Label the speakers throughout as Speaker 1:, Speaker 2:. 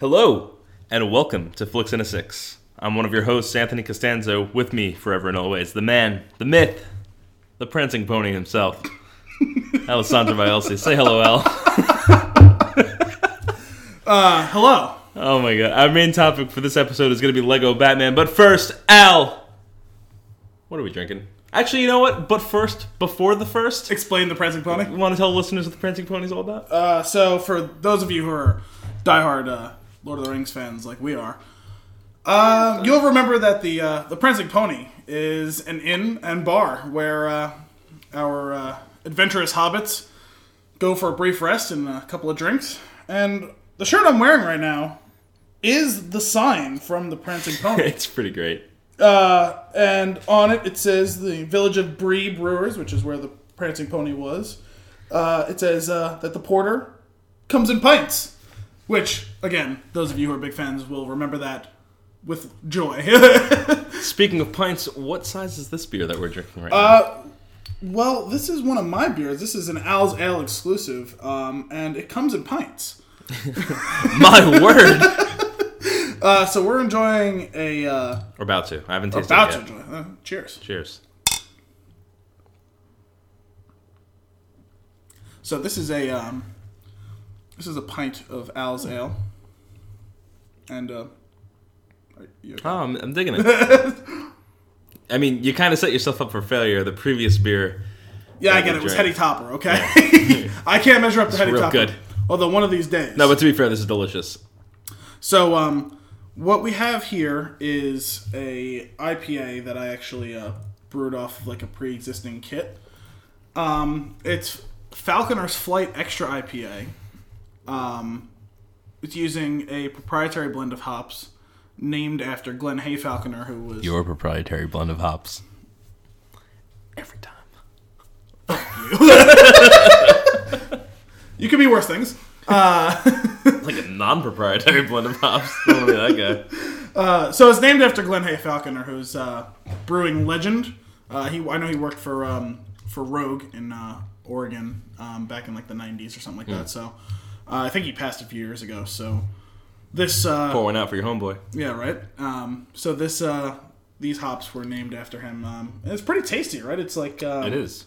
Speaker 1: Hello, and welcome to Flicks in a Six. I'm one of your hosts, Anthony Costanzo, with me forever and always, the man, the myth, the prancing pony himself, Alessandro Vialsi. Say hello, Al.
Speaker 2: Hello.
Speaker 1: Oh my god. Our main topic for this episode is going to be Lego Batman, but first, Al! What are we drinking? Actually, you know what? But first, before the first,
Speaker 2: Explain the prancing pony.
Speaker 1: you want to tell listeners what the prancing pony's all about?
Speaker 2: Uh, so, for those of you who are diehard uh, Lord of the Rings fans like we are, uh, you'll remember that the uh, the prancing pony is an inn and bar where uh, our uh, adventurous hobbits go for a brief rest and a couple of drinks. And the shirt I'm wearing right now is the sign from the prancing pony.
Speaker 1: it's pretty great.
Speaker 2: Uh, and on it, it says the village of Bree Brewers, which is where the Prancing Pony was. Uh, it says uh, that the porter comes in pints, which, again, those of you who are big fans will remember that with joy.
Speaker 1: Speaking of pints, what size is this beer that we're drinking right
Speaker 2: Uh,
Speaker 1: now?
Speaker 2: well, this is one of my beers. This is an Al's Ale exclusive, um, and it comes in pints.
Speaker 1: My word!
Speaker 2: Uh, so we're enjoying a uh,
Speaker 1: We're about to. I haven't tasted
Speaker 2: about
Speaker 1: it
Speaker 2: to
Speaker 1: yet.
Speaker 2: enjoy. Uh, cheers.
Speaker 1: Cheers.
Speaker 2: So this is a um, this is a pint of Al's ale, and uh, are you okay?
Speaker 1: Oh, I'm, I'm digging it. I mean, you kind of set yourself up for failure. The previous beer,
Speaker 2: yeah, I get it. It was
Speaker 1: drink.
Speaker 2: Hetty Topper. Okay, I can't measure up to Hetty
Speaker 1: real
Speaker 2: Topper.
Speaker 1: good.
Speaker 2: Although one of these days.
Speaker 1: no, Uh, but to be fair, this is delicious.
Speaker 2: so um, what we have here is a IPA that I actually uh, brewed off of like a pre-existing kit. Um, it's Falconer's Flight Extra IPA. Um, it's using a proprietary blend of hops named after Glenn Hay Falconer, who was
Speaker 1: Your proprietary blend of hops. Every time.
Speaker 2: You could be worse things.
Speaker 1: Like a non-proprietary blend of hops. Don't wanna be that guy.
Speaker 2: Uh, so it's named after Glenn Hay Falconer, who's uh, brewing legend. Uh, he, I know he worked for um, for Rogue in uh, Oregon um, back in like the '90s or something like
Speaker 1: Hmm.
Speaker 2: that. So uh, I think he passed a few years ago. So this, uh,
Speaker 1: Pour one out for your homeboy.
Speaker 2: yeah, right. Um, so this, uh, these hops were named after him. Um, and it's pretty tasty, right? It's like um,
Speaker 1: It is.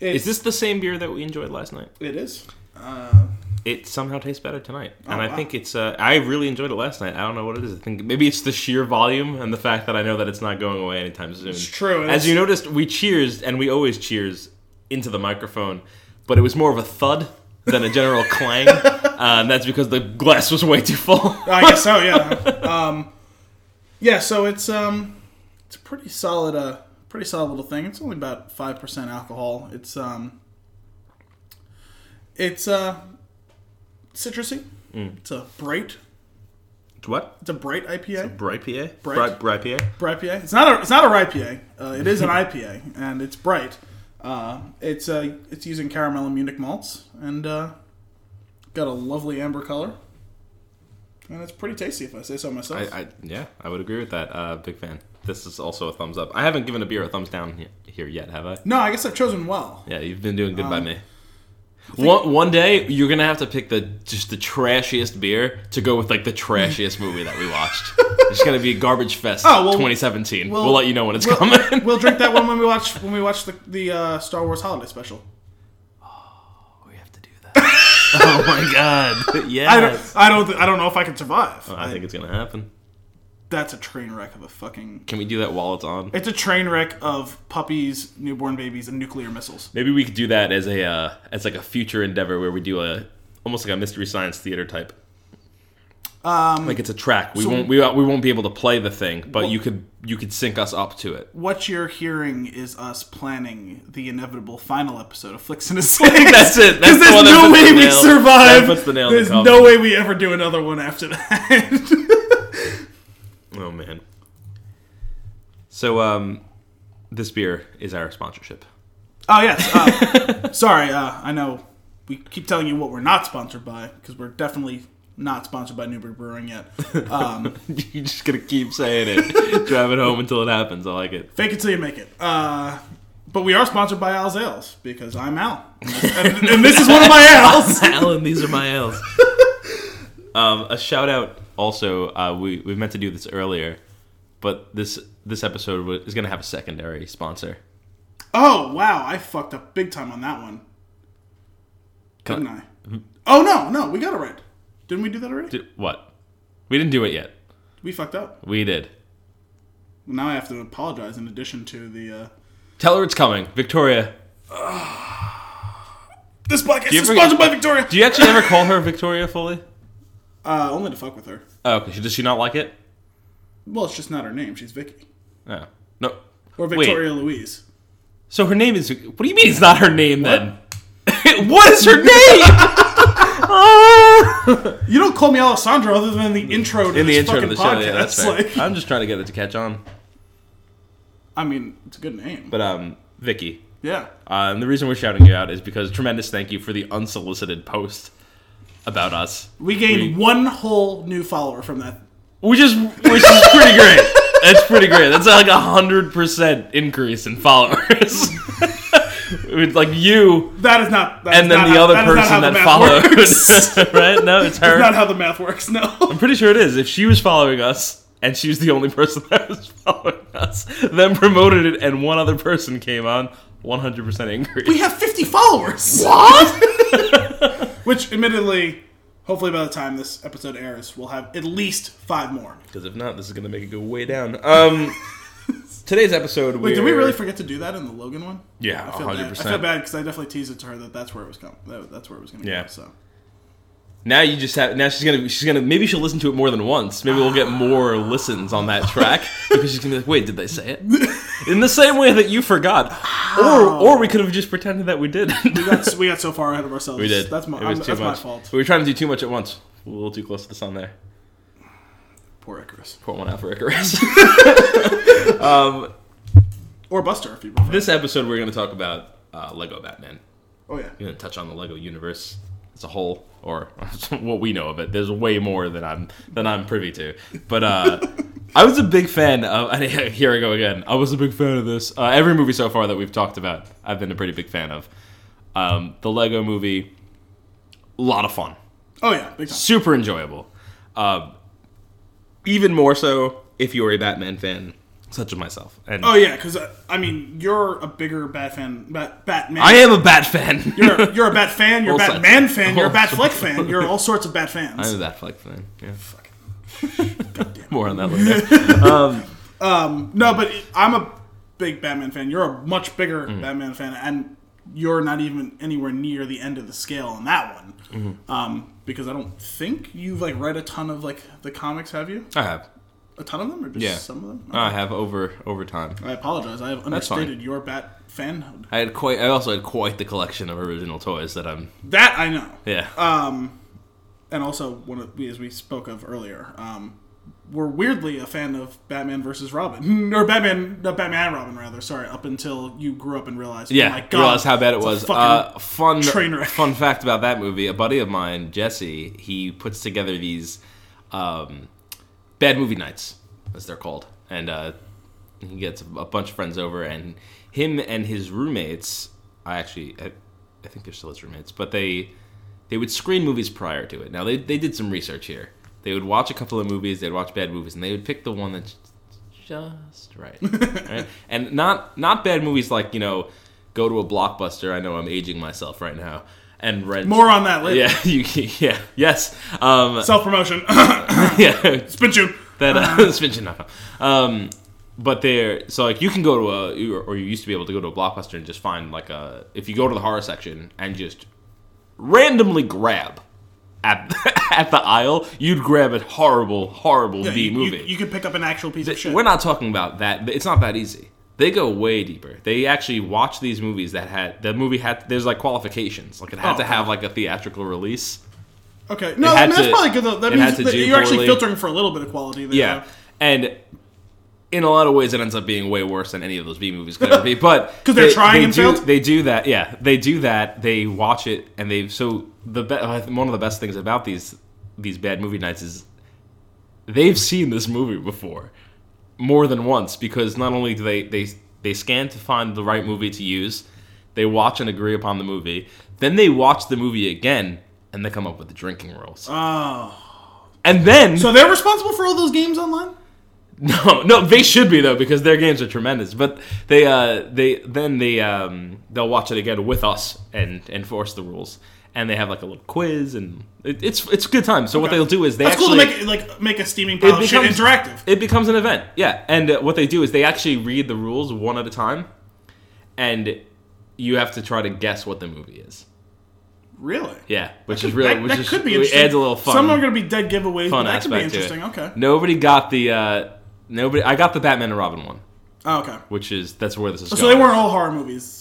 Speaker 2: It's,
Speaker 1: Is this the same beer that we enjoyed last night?
Speaker 2: It is. Uh,
Speaker 1: It somehow tastes better tonight, and I
Speaker 2: Oh, wow.
Speaker 1: think it's. Uh, I really enjoyed it last night. I don't know what it is. I think maybe it's the sheer volume and the fact that I know that it's not going away anytime soon.
Speaker 2: it's true.
Speaker 1: As you noticed, we cheers and we always cheers into the microphone, but it was more of a thud than a general clang. Uh, and that's because the glass was way too full.
Speaker 2: I guess so. Yeah. Um, yeah. So it's um, it's a pretty solid, uh, pretty solid little thing. It's only about five percent alcohol. It's um, it's uh, citrusy. It's a bright.
Speaker 1: what?
Speaker 2: It's a bright IPA.
Speaker 1: Bright PA?
Speaker 2: Bright.
Speaker 1: Bright PA?
Speaker 2: Bright IPA. It's not a. It's not a IPA. Uh, it is an IPA, and it's bright. Uh, it's uh, it's using caramel and Munich malts, and uh, got a lovely amber color. And it's pretty tasty, if I say so myself.
Speaker 1: I, I, yeah, I would agree with that. Uh, big fan. This is also a thumbs up. I haven't given a beer a thumbs down he- here yet, have I?
Speaker 2: No, I guess I've chosen well.
Speaker 1: Yeah, you've been doing good
Speaker 2: Uh,
Speaker 1: by me. One, one day you're gonna have to pick the just the trashiest beer to go with like the trashiest movie that we watched. It's gonna be garbage fest.
Speaker 2: Oh, well,
Speaker 1: 2017. We'll,
Speaker 2: we'll-
Speaker 1: let you know when it's
Speaker 2: we'll,
Speaker 1: coming.
Speaker 2: we'll drink that one when we watch when we watch the, the uh, Star Wars holiday special.
Speaker 1: we have to do that. oh my god! Yes.
Speaker 2: I don't I don't th- I don't know if I can survive.
Speaker 1: I think it's gonna happen.
Speaker 2: That's a train wreck of a fucking.
Speaker 1: Can we do that while it's on?
Speaker 2: It's a train wreck of puppies, newborn babies, and nuclear missiles.
Speaker 1: Maybe we could do that as a uh, as like a future endeavor where we do a almost like a mystery science theater type. Um, like it's a track. We won't we, we won't be able to play the thing, but you could you could sync us up to it.
Speaker 2: What you're hearing is us planning the inevitable final episode of Flicks and a Sling.
Speaker 1: That's it. That's the
Speaker 2: Because there's
Speaker 1: one that
Speaker 2: no
Speaker 1: puts
Speaker 2: way
Speaker 1: the
Speaker 2: we
Speaker 1: nail-
Speaker 2: survive.
Speaker 1: that puts the nail in the
Speaker 2: there's
Speaker 1: coffin.
Speaker 2: no way we ever do another one after that.
Speaker 1: Oh man. So um, this beer is our sponsorship.
Speaker 2: Oh yes. Uh, sorry, uh, I know we keep telling you what we're not sponsored by because we're definitely not sponsored by Newberg Brewing yet. Um,
Speaker 1: You're just gonna keep saying it, drive it home until it happens. I like it.
Speaker 2: fake it till you make it. Uh, but we are sponsored by Al's Ales because I'm Al, and, and this is one of my Al's.
Speaker 1: Alan, these are my L's. Um, a shout out also. Uh, we we meant to do this earlier, but this this episode wa- is going to have a secondary sponsor.
Speaker 2: Oh wow, I fucked up big time on that one,
Speaker 1: Can
Speaker 2: didn't I? Oh no, no, we got it right. Didn't we do that already?
Speaker 1: Mm-hmm. Did, what? We didn't do it yet.
Speaker 2: We fucked up.
Speaker 1: We did.
Speaker 2: Now I have to apologize. In addition to the uh,
Speaker 1: Tell her it's coming, Victoria.
Speaker 2: this podcast
Speaker 1: you
Speaker 2: is
Speaker 1: ever-
Speaker 2: sponsored by Victoria.
Speaker 1: Do you actually ever call her Victoria fully?
Speaker 2: Uh, only to fuck with her.
Speaker 1: Oh, okay. She- Does she not like it?
Speaker 2: Well, it's just not her name. She's Vicky
Speaker 1: No. No.
Speaker 2: or
Speaker 1: Wait.
Speaker 2: Victoria Louise.
Speaker 1: So her name is. What do you mean it's not her name then? what is her name? Ah!
Speaker 2: You don't call me Alessandro other than the intro to
Speaker 1: In the
Speaker 2: this
Speaker 1: intro to
Speaker 2: fucking
Speaker 1: the show,
Speaker 2: podcast.
Speaker 1: yeah, that's fair.
Speaker 2: Like,
Speaker 1: I'm just trying to get it to catch on.
Speaker 2: I mean, it's a good name.
Speaker 1: But um, Vicky,
Speaker 2: yeah.
Speaker 1: uh, and the reason we're shouting you out is because tremendous thank you for the unsolicited post about us,
Speaker 2: We gained
Speaker 1: we-
Speaker 2: one whole new follower from that.
Speaker 1: which is which is pretty great. That's pretty great. That's like a hundred percent increase in followers. With like you
Speaker 2: That is not. that
Speaker 1: and
Speaker 2: is
Speaker 1: then
Speaker 2: not
Speaker 1: the
Speaker 2: how-
Speaker 1: other
Speaker 2: that is not
Speaker 1: person
Speaker 2: how the
Speaker 1: that
Speaker 2: math
Speaker 1: followed,
Speaker 2: works.
Speaker 1: right? No, it's her.
Speaker 2: not how the math works. No.
Speaker 1: I'm pretty sure it is. If she was following us and she was the only person that was following us, then promoted it and one other person came on, 100%
Speaker 2: We
Speaker 1: increase.
Speaker 2: have 50 followers. What? Which, admittedly, hopefully by the time this episode airs, we'll have at least five more.
Speaker 1: Because if not, this is going to make it go way down. Um, today's episode.
Speaker 2: Wait, did we really forget to do that in the Logan one?
Speaker 1: Yeah,
Speaker 2: I feel bad. I
Speaker 1: 100%.
Speaker 2: feel bad because I definitely teased it to her that that's where it was going. That, that's where it was going to
Speaker 1: Yeah.
Speaker 2: go. So
Speaker 1: Now you just have. Now she's gonna. She's gonna. Maybe she'll listen to it more than once. Maybe we'll get more listens on that track because she's gonna be like, "Wait, did they say it?" In the same way that you forgot, or or we could have just pretended that we did.
Speaker 2: that's we got so far ahead of ourselves.
Speaker 1: We did.
Speaker 2: That's my
Speaker 1: It was
Speaker 2: I'm-
Speaker 1: too
Speaker 2: that's my
Speaker 1: much.
Speaker 2: fault.
Speaker 1: We were trying to do too much at once. A little too close to the sun there.
Speaker 2: Poor Icarus
Speaker 1: Put one out for Icarus.
Speaker 2: or Buster, if you prefer.
Speaker 1: this episode, we're going to talk about uh, Lego Batman.
Speaker 2: oh yeah.
Speaker 1: We're going to touch on the Lego universe as a whole, or what we know of it. There's way more than I'm than I'm privy to. But uh, I was a big fan of. And here I go again. I was a big fan of this. Uh, every movie so far that we've talked about, I've been a pretty big fan of. Um, the Lego Movie, a lot of fun.
Speaker 2: Oh yeah. Big time.
Speaker 1: super enjoyable. Um, even more so if you're a Batman fan, such as myself. And
Speaker 2: Oh yeah, because uh, I mean, you're a bigger Bat fan, Bat, Batman.
Speaker 1: I am a Bat fan.
Speaker 2: You're, a- you're a Bat fan. You're a
Speaker 1: All sides.
Speaker 2: Batman fan. You're a
Speaker 1: All
Speaker 2: Batfleck fan. You're all sorts of Bat
Speaker 1: I'm a
Speaker 2: fans.
Speaker 1: Bat Fleck fan. Yeah. more on that later.
Speaker 2: No, but I'm a big Batman fan. You're a much bigger
Speaker 1: Mm-hmm.
Speaker 2: Batman fan, and you're not even anywhere near the end of the scale on that one.
Speaker 1: Mm-hmm.
Speaker 2: Um, because I don't think you've like read a ton of like the comics, have you?
Speaker 1: I have.
Speaker 2: A ton of them, or just
Speaker 1: Yeah. Uh,
Speaker 2: some of them?
Speaker 1: I have over over time.
Speaker 2: I apologize. I have
Speaker 1: fine.
Speaker 2: understated your Bat fanhood.
Speaker 1: I had quite. I also had quite the collection of original toys that I'm.
Speaker 2: That I know.
Speaker 1: Yeah.
Speaker 2: and also one of we as we spoke of earlier, um, were weirdly a fan of Batman versus Robin or Batman, no, Batman and Robin rather. Sorry, up until you grew up and realized,
Speaker 1: yeah.
Speaker 2: oh my God,
Speaker 1: realized how bad it
Speaker 2: it's a
Speaker 1: was.
Speaker 2: fucking-
Speaker 1: Uh, fun
Speaker 2: train wreck.
Speaker 1: Fun fact about that movie: a buddy of mine, Jesse, he puts together these um, bad movie nights, as they're called, and uh, he gets a bunch of friends over, and him and his roommates. I actually, I, I think they're still his roommates, but they they would screen movies prior to it. Now they they did some research here. They would watch a couple of movies, they'd watch bad movies, and they would pick the one that's just right, right? and not not bad movies like you know, go to a blockbuster. I know I'm aging myself right now, and rent.
Speaker 2: more on that later.
Speaker 1: yeah, you, yeah, yes, um,
Speaker 2: Self promotion.
Speaker 1: yeah,
Speaker 2: Spin tune.
Speaker 1: that uh, spins you enough. Um, but there, so like you can go to a, you- or you used to be able to go to a blockbuster and just find like a, if you go to the horror section and just randomly grab at at the aisle, you'd grab a horrible, horrible
Speaker 2: Yeah,
Speaker 1: B
Speaker 2: you,
Speaker 1: movie.
Speaker 2: You, you could pick up an actual piece of shit.
Speaker 1: We're not talking about that. It's not that easy. They go way deeper. They actually watch these movies that had the movie had. There's like qualifications. Like it had
Speaker 2: Oh,
Speaker 1: to have like a theatrical release.
Speaker 2: okay, no,
Speaker 1: It
Speaker 2: I
Speaker 1: had
Speaker 2: mean, that's
Speaker 1: to-
Speaker 2: probably good though. That
Speaker 1: it had
Speaker 2: means
Speaker 1: to
Speaker 2: that
Speaker 1: do
Speaker 2: you're actually
Speaker 1: poorly.
Speaker 2: filtering for a little bit of quality there.
Speaker 1: Yeah, and in a lot of ways, it ends up being way worse than any of those B movies could ever be. But
Speaker 2: 'Cause they're
Speaker 1: they-
Speaker 2: trying
Speaker 1: they
Speaker 2: and
Speaker 1: do,
Speaker 2: failed?
Speaker 1: They do that. Yeah, they do that. They watch it, and they so the be- one of the best things about these these bad movie nights is they've seen this movie before more than once because not only do they they they scan to find the right movie to use, they watch and agree upon the movie, then they watch the movie again and they come up with the drinking rules.
Speaker 2: Oh,
Speaker 1: And then
Speaker 2: So they're responsible for all those games online?
Speaker 1: No, no, they should be though because their games are tremendous. But they, uh, they then they um, they'll watch it again with us and enforce the rules. And they have like a little quiz, and it, it's it's a good time. So what
Speaker 2: Okay.
Speaker 1: they'll do is they
Speaker 2: That's
Speaker 1: actually
Speaker 2: cool to make it, like make a steaming pile of shit interactive.
Speaker 1: it becomes an event, yeah. And uh, what they do is they actually read the rules one at a time, and you have to try to guess what the movie is.
Speaker 2: Really?
Speaker 1: Yeah, which is really
Speaker 2: that
Speaker 1: which
Speaker 2: that
Speaker 1: is,
Speaker 2: could be
Speaker 1: it
Speaker 2: interesting.
Speaker 1: adds a little fun.
Speaker 2: Some are going to be dead giveaways,
Speaker 1: fun
Speaker 2: but that could be
Speaker 1: aspect to it.
Speaker 2: interesting. Okay.
Speaker 1: Nobody got the uh, nobody. I got the Batman and Robin one,
Speaker 2: Oh, okay.
Speaker 1: which is that's where this is.
Speaker 2: So they
Speaker 1: going.
Speaker 2: weren't all horror movies.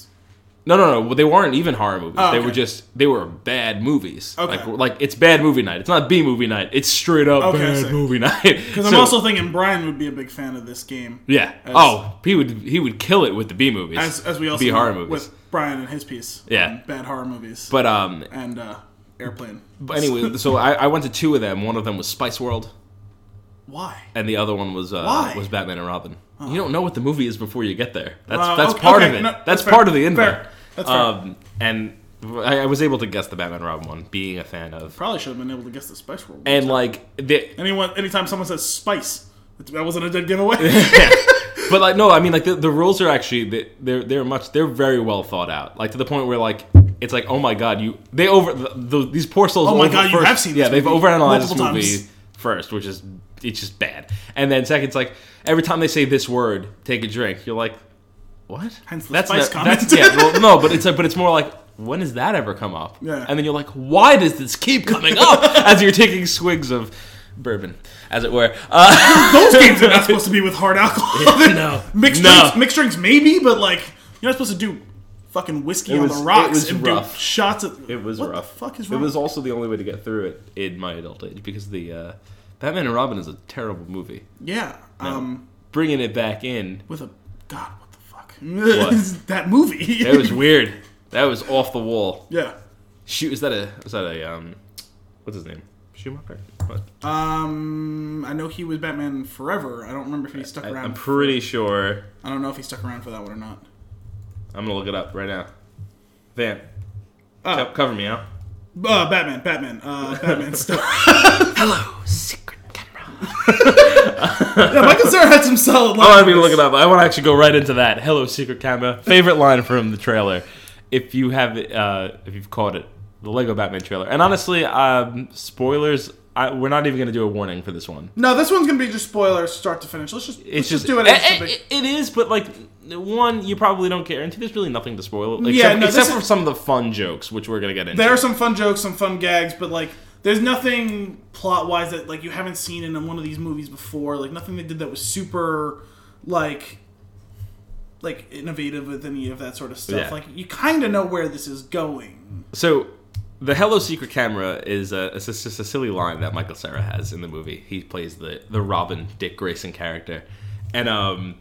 Speaker 1: No, no, no. Well, they weren't even horror movies.
Speaker 2: Oh,
Speaker 1: They
Speaker 2: okay.
Speaker 1: were just they were bad movies.
Speaker 2: Okay.
Speaker 1: Like like it's bad movie night. It's not B movie night. It's straight up
Speaker 2: Okay, I see.
Speaker 1: bad movie night. Because
Speaker 2: Because I'm also thinking Brian would be a big fan of this game.
Speaker 1: yeah. oh, he would he would kill it with the B movies.
Speaker 2: As, as we also
Speaker 1: B
Speaker 2: know
Speaker 1: horror movies.
Speaker 2: with Brian and his piece.
Speaker 1: Yeah.
Speaker 2: on Bad horror movies.
Speaker 1: but um.
Speaker 2: and uh, Airplane.
Speaker 1: But anyway, so I, I went to two of them. One of them was Spice World,
Speaker 2: Why?
Speaker 1: and the other one was uh,
Speaker 2: Why?
Speaker 1: was Batman and Robin. You don't know what the movie is before you get there. That's
Speaker 2: Well,
Speaker 1: that's
Speaker 2: okay-
Speaker 1: part
Speaker 2: okay,
Speaker 1: of it.
Speaker 2: no,
Speaker 1: that's
Speaker 2: that's fair.
Speaker 1: part of the invite.
Speaker 2: Fair. That's fair.
Speaker 1: Um, and I, I was able to guess the Batman and Robin one, being a fan of.
Speaker 2: Probably should have been able to guess the Spice World.
Speaker 1: And like the,
Speaker 2: Anyone, anytime someone says spice, that wasn't a dead giveaway.
Speaker 1: but like no, I mean like the, the rules are actually they- they're they're much they're very well thought out. Like to the point where like it's like oh my god you they over the, the, these poor souls.
Speaker 2: Oh my
Speaker 1: over
Speaker 2: God, you
Speaker 1: first-
Speaker 2: have seen
Speaker 1: yeah
Speaker 2: this
Speaker 1: they've
Speaker 2: movie
Speaker 1: overanalyzed this
Speaker 2: multiple
Speaker 1: movie
Speaker 2: times.
Speaker 1: first, which is it's just bad. And then second, it's like every time they say this word, take a drink. You're like, what?
Speaker 2: Hence the spice
Speaker 1: not-
Speaker 2: comment.
Speaker 1: that's yeah. Well, no, but it's like, but it's more like. When does that ever come up?
Speaker 2: Yeah.
Speaker 1: And then you're like, why does this keep coming up? as you're taking swigs of bourbon, as it were. Uh,
Speaker 2: Those games are not supposed to be with hard alcohol.
Speaker 1: no.
Speaker 2: mixed
Speaker 1: No.
Speaker 2: drinks, mixed drinks maybe, but like you're not supposed to do fucking whiskey
Speaker 1: It
Speaker 2: on
Speaker 1: was-
Speaker 2: the
Speaker 1: it
Speaker 2: rocks
Speaker 1: was
Speaker 2: and
Speaker 1: rough.
Speaker 2: do shots. Of,
Speaker 1: It was
Speaker 2: what
Speaker 1: rough.
Speaker 2: The fuck is
Speaker 1: It
Speaker 2: wrong?
Speaker 1: was also the only way to get through it in my adult age because the uh, Batman and Robin is a terrible movie.
Speaker 2: yeah. Um,
Speaker 1: Bringing it back in,
Speaker 2: with a god, what the fuck? that movie.
Speaker 1: it was weird. That was off the wall.
Speaker 2: yeah.
Speaker 1: Shoot, is that a is that a um, what's his name? Schumacher. What?
Speaker 2: Um, I know he was Batman Forever. I don't remember if he stuck
Speaker 1: I,
Speaker 2: around.
Speaker 1: I'm pretty sure.
Speaker 2: I don't know if he stuck around for that one or not.
Speaker 1: I'm gonna look it up right now. Van,
Speaker 2: Uh,
Speaker 1: co- cover me out.
Speaker 2: Uh, Batman, Batman, uh, Batman stuff.
Speaker 1: Hello, secret camera.
Speaker 2: yeah, Michael Cera had some solid lines.
Speaker 1: Oh, I mean, look it up. I want to actually go right into that. Hello, secret camera. Favorite line from the trailer, if you have, uh, if you've caught it, the Lego Batman trailer. And honestly, um, spoilers. I, we're not even going to do a warning for this one.
Speaker 2: No, this one's gonna be just spoilers start to finish. Let's just let's
Speaker 1: It's
Speaker 2: just,
Speaker 1: just,
Speaker 2: do it.
Speaker 1: eh,
Speaker 2: as
Speaker 1: eh,
Speaker 2: the big-
Speaker 1: it- it is, but like one, you probably don't care, and two, there's really nothing to spoil. Except,
Speaker 2: Yeah, no,
Speaker 1: except
Speaker 2: this
Speaker 1: for
Speaker 2: is-
Speaker 1: some of the fun jokes, which we're going to get into.
Speaker 2: there are some fun jokes, some fun gags, but like there's nothing plot wise that like you haven't seen in one of these movies before. Like nothing they did that was super like like innovative with any of that sort of stuff.
Speaker 1: Yeah.
Speaker 2: Like you kind of know where this is going.
Speaker 1: So, the "Hello, Secret Camera" is a, it's just a silly line that Michael Sarah has in the movie. He plays the the Robin Dick Grayson character, and um,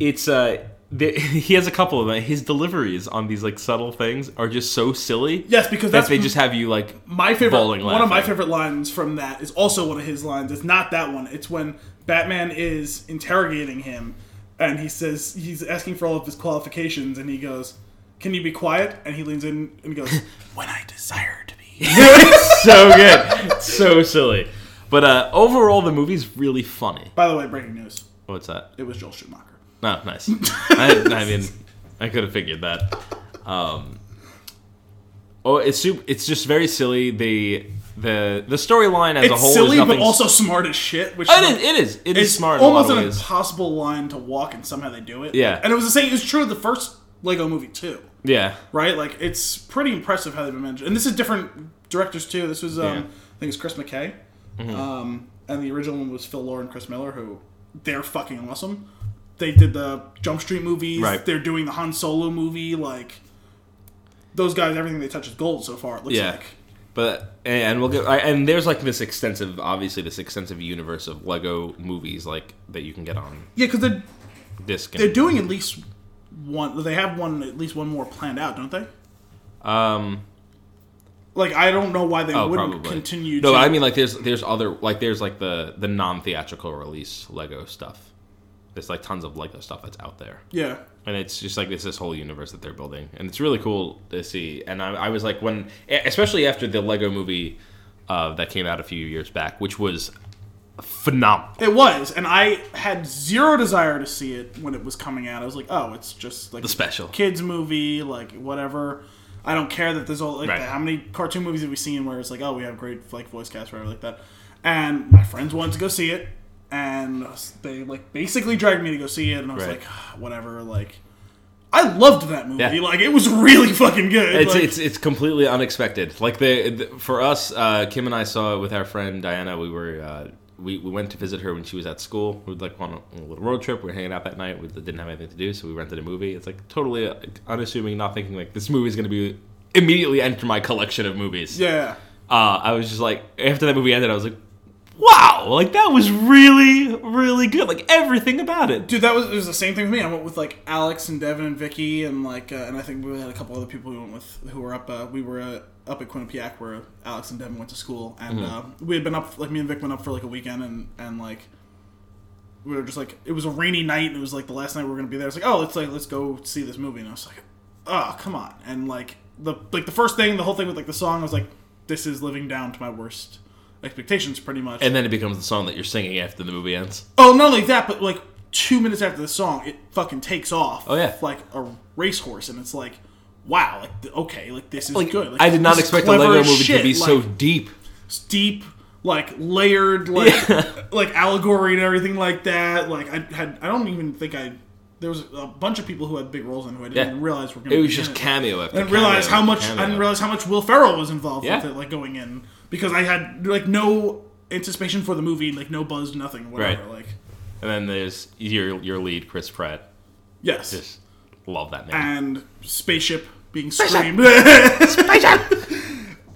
Speaker 1: it's uh, the, he has a couple of them. His deliveries on these like subtle things are just so silly.
Speaker 2: Yes, because
Speaker 1: that
Speaker 2: that's
Speaker 1: they just have you like
Speaker 2: my favorite
Speaker 1: bawling
Speaker 2: one of my
Speaker 1: laughing.
Speaker 2: favorite lines from that is also one of his lines. It's not that one. It's when Batman is interrogating him and he says he's asking for all of his qualifications and he goes, "Can you be quiet?" and he leans in and goes, "When I desire to be."
Speaker 1: it's so good, It's so silly. But uh, overall, the movie's really funny.
Speaker 2: By the way, breaking news.
Speaker 1: What's that?
Speaker 2: It was Joel Schumacher.
Speaker 1: No, nice. I, I mean, I could have figured that. Um, oh, it's super, it's just very silly. The the the storyline as a
Speaker 2: It's
Speaker 1: whole
Speaker 2: silly,
Speaker 1: is
Speaker 2: but
Speaker 1: nothing.
Speaker 2: also smart as shit. Which
Speaker 1: it
Speaker 2: like,
Speaker 1: is it is it is
Speaker 2: it's
Speaker 1: smart. in a
Speaker 2: Almost
Speaker 1: lot of
Speaker 2: an
Speaker 1: ways.
Speaker 2: impossible line to walk, and somehow they do it.
Speaker 1: Yeah.
Speaker 2: and it was the same. It was true of the first Lego Movie too.
Speaker 1: yeah.
Speaker 2: right? Like it's pretty impressive how they've been managed. And this is different directors too. This was um,
Speaker 1: Yeah. Mm-hmm.
Speaker 2: I think it's Chris McKay, um, and the original one was Phil Lord and Chris Miller, who they're fucking awesome. They did the Jump Street movies.
Speaker 1: Right.
Speaker 2: They're doing the Han Solo movie. Like those guys, everything they touch is gold so far. It looks
Speaker 1: Yeah.
Speaker 2: like.
Speaker 1: But and we'll get I- and there's like this extensive, obviously this extensive universe of Lego movies like that you can get on
Speaker 2: Yeah, because they're
Speaker 1: disc.
Speaker 2: they're
Speaker 1: And,
Speaker 2: doing at least one. They have one at least one more planned out, don't they?
Speaker 1: um,
Speaker 2: Like I don't know why they
Speaker 1: oh,
Speaker 2: wouldn't
Speaker 1: probably
Speaker 2: continue.
Speaker 1: No,
Speaker 2: to,
Speaker 1: I mean like there's there's other like there's like the the non theatrical release Lego stuff. There's like tons of Lego stuff that's out there.
Speaker 2: yeah.
Speaker 1: and it's just like it's this whole universe that they're e, building and it's really cool to see and i, I was like when especially after the lego movie uh, that came out a few years back, which was phenomenal.
Speaker 2: It was, and I had zero desire to see it when it was coming out. I was like, oh, it's just like the
Speaker 1: special.
Speaker 2: kids movie, like whatever. I don't care that there's all like
Speaker 1: Right.
Speaker 2: how many cartoon movies have we seen where it's like, oh, we have great like voice cast, whatever, like that. And my friends wanted to go see it, and they like basically dragged me to go see it, and I was
Speaker 1: Right.
Speaker 2: like, "Ah, whatever, like. I loved that movie.
Speaker 1: Yeah.
Speaker 2: Like it was really fucking good.
Speaker 1: It's,
Speaker 2: like,
Speaker 1: it's it's completely unexpected. Like the, the for us, uh, Kim and I saw it with our friend Diana. We were uh, we, we went to visit her when she was at school. We were like on a, on a little road trip. We were hanging out that night. We didn't have anything to do, so we rented a movie. It's like totally uh, unassuming, not thinking like this movie is going to be immediately enter my collection of movies.
Speaker 2: yeah.
Speaker 1: uh, I was just like, after that movie ended, I was like, wow, like that was really, really good. Like everything about it.
Speaker 2: Dude, that was it was the same thing with me. I went with like Alex and Devin and Vicky and like uh, and I think we had a couple other people we went with who were up. Uh, we were uh, up at Quinnipiac where Alex and Devin went to school, and uh, we had been up like me and Vic went up for like a weekend and and like we were just like it was a rainy night and it was like the last night we were gonna be there. It's like oh let's like let's go see this movie and I was like oh come on and like the like the first thing the whole thing with like the song I was like this is living down to my worst expectations pretty much
Speaker 1: And then it becomes the song that you're singing after the movie ends.
Speaker 2: Oh, not only that, but like two minutes after the song, it fucking takes off.
Speaker 1: Oh, yeah.
Speaker 2: like a racehorse, and it's like, wow, like th- okay, like this is good. Like,
Speaker 1: I did not
Speaker 2: this is
Speaker 1: expect the
Speaker 2: clever
Speaker 1: Lego
Speaker 2: as
Speaker 1: movie
Speaker 2: shit,
Speaker 1: to be
Speaker 2: like,
Speaker 1: so deep.
Speaker 2: deep, like layered, like like allegory and everything like that. Like I had, I don't even think I. There was a bunch of people who had big roles in it who I didn't
Speaker 1: Yeah.
Speaker 2: even realize were going.
Speaker 1: It
Speaker 2: to
Speaker 1: was just cameo after
Speaker 2: I didn't realize
Speaker 1: cameo
Speaker 2: how much
Speaker 1: after
Speaker 2: I didn't
Speaker 1: cameo.
Speaker 2: realize how much Will Ferrell was involved
Speaker 1: Yeah.
Speaker 2: with it, like going in because I had like no anticipation for the movie, like no buzz, nothing, whatever.
Speaker 1: Right.
Speaker 2: Like
Speaker 1: And then there's your your lead, Chris Pratt.
Speaker 2: yes,
Speaker 1: Just love that man.
Speaker 2: and spaceship being screamed and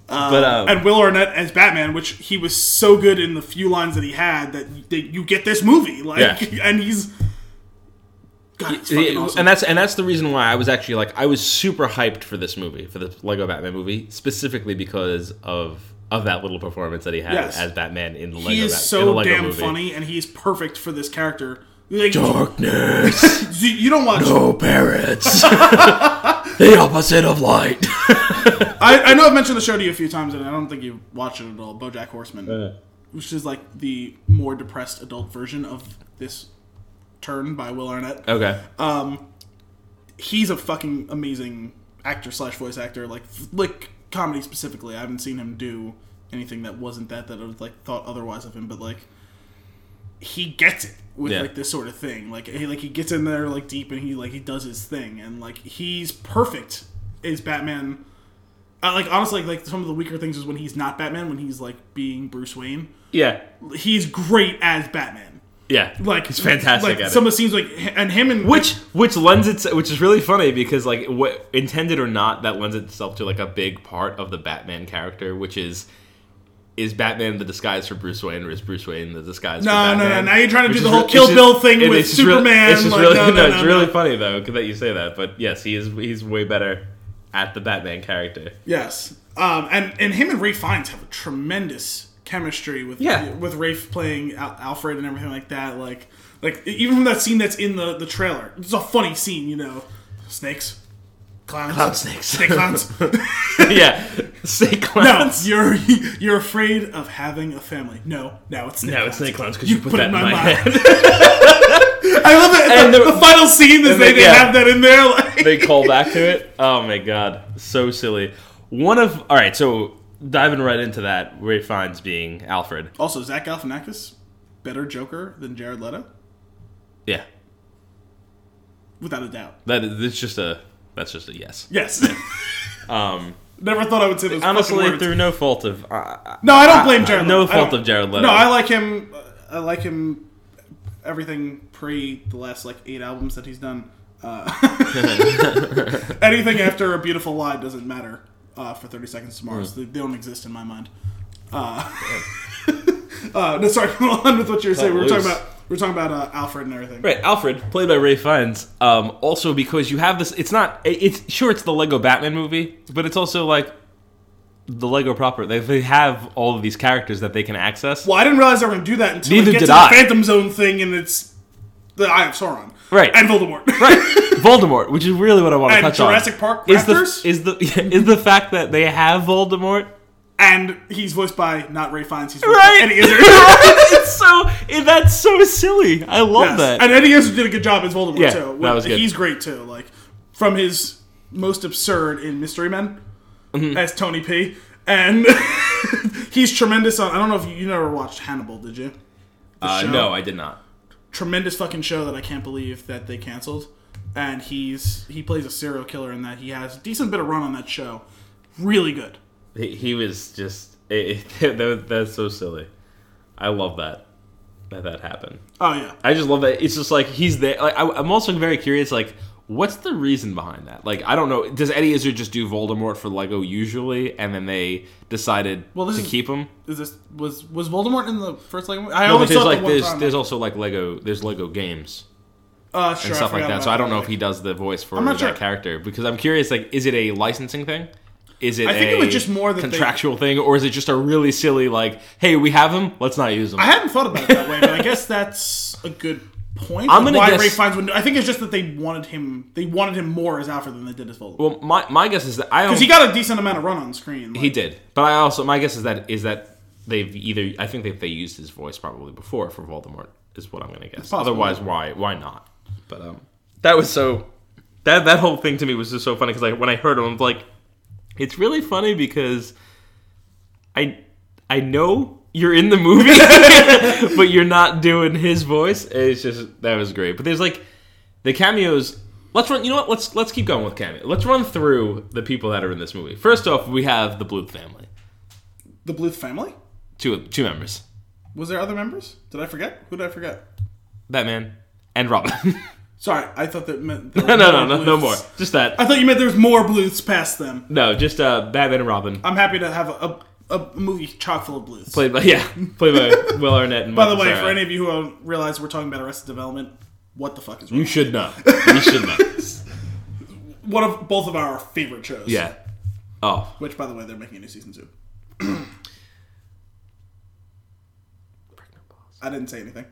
Speaker 1: but um,
Speaker 2: Will Arnett as Batman, which he was so good in the few lines that he had that, that you get this movie like
Speaker 1: Yeah.
Speaker 2: and he's God, it's fucking
Speaker 1: Yeah,
Speaker 2: awesome.
Speaker 1: and that's and that's the reason why I was actually like I was super hyped for this movie for the Lego Batman movie specifically because of of that little performance that he had
Speaker 2: Yes.
Speaker 1: as Batman in the Lego
Speaker 2: he
Speaker 1: Bat-
Speaker 2: is
Speaker 1: in the
Speaker 2: so
Speaker 1: Lego
Speaker 2: damn
Speaker 1: movie.
Speaker 2: funny and he's perfect for this character. Like,
Speaker 1: Darkness,
Speaker 2: you- you don't watch.
Speaker 1: oh parrots, the opposite of light.
Speaker 2: I, I know I've mentioned the show to you a few times, and I don't think you watch it at all. BoJack Horseman,
Speaker 1: Uh.
Speaker 2: which is like the more depressed adult version of this turn by Will Arnett.
Speaker 1: okay,
Speaker 2: Uh, he's a fucking amazing actor slash voice actor. Like f- like comedy specifically, I haven't seen him do anything that wasn't that that I was like thought otherwise of him. But like he gets it with
Speaker 1: Yeah.
Speaker 2: like this sort of thing. Like he like he gets in there like deep and he like he does his thing and like he's perfect. Is Batman? Uh, like honestly, like, like some of the weaker things is when he's not Batman, when he's like being Bruce Wayne.
Speaker 1: yeah,
Speaker 2: He's great as Batman.
Speaker 1: yeah,
Speaker 2: Like
Speaker 1: he's fantastic
Speaker 2: Like
Speaker 1: at
Speaker 2: some
Speaker 1: it.
Speaker 2: of the scenes, like h- and him and
Speaker 1: Which which lends its which is really funny because like what intended or not that lends itself to like a big part of the Batman character, which is is Batman the disguise for Bruce Wayne or is Bruce Wayne the disguise? for
Speaker 2: No, no,
Speaker 1: Batman?
Speaker 2: no, now you're trying to do
Speaker 1: Which
Speaker 2: the
Speaker 1: is
Speaker 2: whole
Speaker 1: re-
Speaker 2: Kill
Speaker 1: it's just-
Speaker 2: Bill thing
Speaker 1: it-
Speaker 2: with
Speaker 1: it's just really-
Speaker 2: Superman,
Speaker 1: it's just
Speaker 2: like,
Speaker 1: really
Speaker 2: no,
Speaker 1: no,
Speaker 2: no,
Speaker 1: it's
Speaker 2: no,
Speaker 1: really
Speaker 2: no.
Speaker 1: funny though that you say that. But yes, he is he's way better at the Batman character.
Speaker 2: Yes, um, and and him and Ray Fiennes have a tremendous chemistry with
Speaker 1: Yeah.
Speaker 2: with Rafe playing Al- Alfred and everything like that. Like like even from that scene that's in the the trailer, it's a funny scene, you know, snakes, clowns,
Speaker 1: Clown snakes.
Speaker 2: snake clowns.
Speaker 1: yeah, say
Speaker 2: No,
Speaker 1: clowns.
Speaker 2: you're you're afraid of having a family. No, now it's snake
Speaker 1: No,
Speaker 2: clowns.
Speaker 1: it's snake clowns because
Speaker 2: You
Speaker 1: you, put,
Speaker 2: put
Speaker 1: that
Speaker 2: it in
Speaker 1: in
Speaker 2: my
Speaker 1: my,
Speaker 2: mind.
Speaker 1: head.
Speaker 2: I love it.
Speaker 1: And
Speaker 2: the,
Speaker 1: the-
Speaker 2: the final scene is
Speaker 1: they-
Speaker 2: they, they
Speaker 1: yeah.
Speaker 2: have that in there. Like.
Speaker 1: they call back to it. Oh my god, so silly. One of all right, so diving right into that, Ray Fiennes being Alfred.
Speaker 2: also, Zach Galifianakis, better Joker than Jared Leto,
Speaker 1: Yeah,
Speaker 2: without a doubt.
Speaker 1: that is that's just a that's just a yes.
Speaker 2: Yes.
Speaker 1: Um,
Speaker 2: Never thought I would say those. fucking
Speaker 1: honestly,
Speaker 2: words.
Speaker 1: through no fault of uh, uh,
Speaker 2: No, I don't blame Jared.
Speaker 1: no
Speaker 2: Leto. I
Speaker 1: fault
Speaker 2: don't-
Speaker 1: of Jared Leto.
Speaker 2: No, I like him. I like him. Everything pre the last like eight albums that he's done. Uh, anything after a beautiful lie doesn't matter uh, for Thirty Seconds to Mars. They, they don't exist in my mind. Uh, uh, no, sorry. Go on with what you were saying. We were
Speaker 1: loose.
Speaker 2: talking about we were talking about uh, Alfred and everything.
Speaker 1: Right, Alfred, played by Ray Fiennes. Um, also because you have this, it's not. it- It's sure it's the Lego Batman movie, but it's also like the Lego proper. They, they have all of these characters that they can access.
Speaker 2: Well, I didn't realize they were going to do that until
Speaker 1: Neither
Speaker 2: it gets
Speaker 1: did
Speaker 2: to
Speaker 1: I.
Speaker 2: the Phantom Zone thing, and it's the Eye of Sauron.
Speaker 1: Right.
Speaker 2: And Voldemort.
Speaker 1: Right, Voldemort, which is really what I want to
Speaker 2: And
Speaker 1: touch
Speaker 2: Jurassic
Speaker 1: on.
Speaker 2: Park
Speaker 1: is the
Speaker 2: raptors?
Speaker 1: is the is the fact that they have Voldemort
Speaker 2: And he's voiced by not Ray Fiennes. He's voiced
Speaker 1: Right.
Speaker 2: by Eddie Izzard.
Speaker 1: it's so it- that's so silly. I love
Speaker 2: Yes.
Speaker 1: that.
Speaker 2: And Eddie Izzard did a good job as Voldemort
Speaker 1: Yeah,
Speaker 2: too.
Speaker 1: that was good.
Speaker 2: He's great too. Like from his most absurd in Mystery Men
Speaker 1: Mm-hmm.
Speaker 2: as Tony P. And he's tremendous on. I don't know if you, you never watched Hannibal, did you?
Speaker 1: uh,
Speaker 2: show.
Speaker 1: no, I did not.
Speaker 2: Tremendous fucking show that I can't believe that they canceled. And he's he plays a serial killer in that. He has a decent bit of run on that show. Really good.
Speaker 1: He, he was just it, it- that- that's so silly. I love that that that happened.
Speaker 2: Oh yeah.
Speaker 1: I just love that. It's just like he's there. Like I, I'm also very curious. Like, what's the reason behind that? Like, I don't know. Does Eddie Izzard just do Voldemort for Lego usually, and then they decided
Speaker 2: Well, this
Speaker 1: to
Speaker 2: is-
Speaker 1: keep him?
Speaker 2: Is this was was Voldemort in the first Lego? movie? I
Speaker 1: No,
Speaker 2: only
Speaker 1: but there's
Speaker 2: saw it
Speaker 1: like
Speaker 2: the one
Speaker 1: there's
Speaker 2: time.
Speaker 1: there's also like Lego there's Lego games
Speaker 2: uh, sure,
Speaker 1: and
Speaker 2: I
Speaker 1: stuff like
Speaker 2: forgot
Speaker 1: that.
Speaker 2: about
Speaker 1: So I don't know if he does the voice for
Speaker 2: not
Speaker 1: that
Speaker 2: sure.
Speaker 1: character because I'm curious. Like, is it a licensing thing? Is it?
Speaker 2: I think
Speaker 1: a
Speaker 2: it was just more that they-
Speaker 1: contractual thing, or is it just a really silly like, hey, we have him, let's not use him.
Speaker 2: I hadn't thought about it that way, but I guess that's a good point.
Speaker 1: I'm
Speaker 2: of
Speaker 1: gonna
Speaker 2: why
Speaker 1: guess-
Speaker 2: Ray Fiennes would. I think it's just that they wanted him. They wanted him more as Alfred than they did as Voldemort.
Speaker 1: well, my my guess is that I
Speaker 2: because
Speaker 1: don't
Speaker 2: he got a decent amount of run on screen. Like,
Speaker 1: He did, but I also my guess is that is that they've either I think that they used his voice probably before for Voldemort is what I'm gonna guess.
Speaker 2: possible.
Speaker 1: Otherwise, why why not? But um, that was so that that whole thing to me was just so funny because like when I heard him, I'm like, it's really funny because I I know you're in the movie, but you're not doing his voice. It's just that was great. But there's like the cameos. Let's run. You know what? Let's let's keep going with cameo. Let's run through the people that are in this movie. First off, we have the Bluth family.
Speaker 2: the Bluth family.
Speaker 1: Two two members,
Speaker 2: Was there other members? Did I forget? Who did I forget?
Speaker 1: Batman and Robin.
Speaker 2: Sorry, I thought that meant there
Speaker 1: no,
Speaker 2: were
Speaker 1: no, no, no,
Speaker 2: Bluths.
Speaker 1: more. Just that.
Speaker 2: I thought you meant there was more Bluths past them.
Speaker 1: No, just uh, Batman and Robin.
Speaker 2: I'm happy to have a, a, a movie chock full of Bluths.
Speaker 1: Played by yeah, played by Will Arnett. And
Speaker 2: By the way, for any of you who don't realize we're talking about Arrested Development, what the fuck is wrong?
Speaker 1: you should know. You should know.
Speaker 2: One of both of our favorite shows.
Speaker 1: yeah. Oh,
Speaker 2: Which, by the way, they're making a new season soon. I didn't say anything.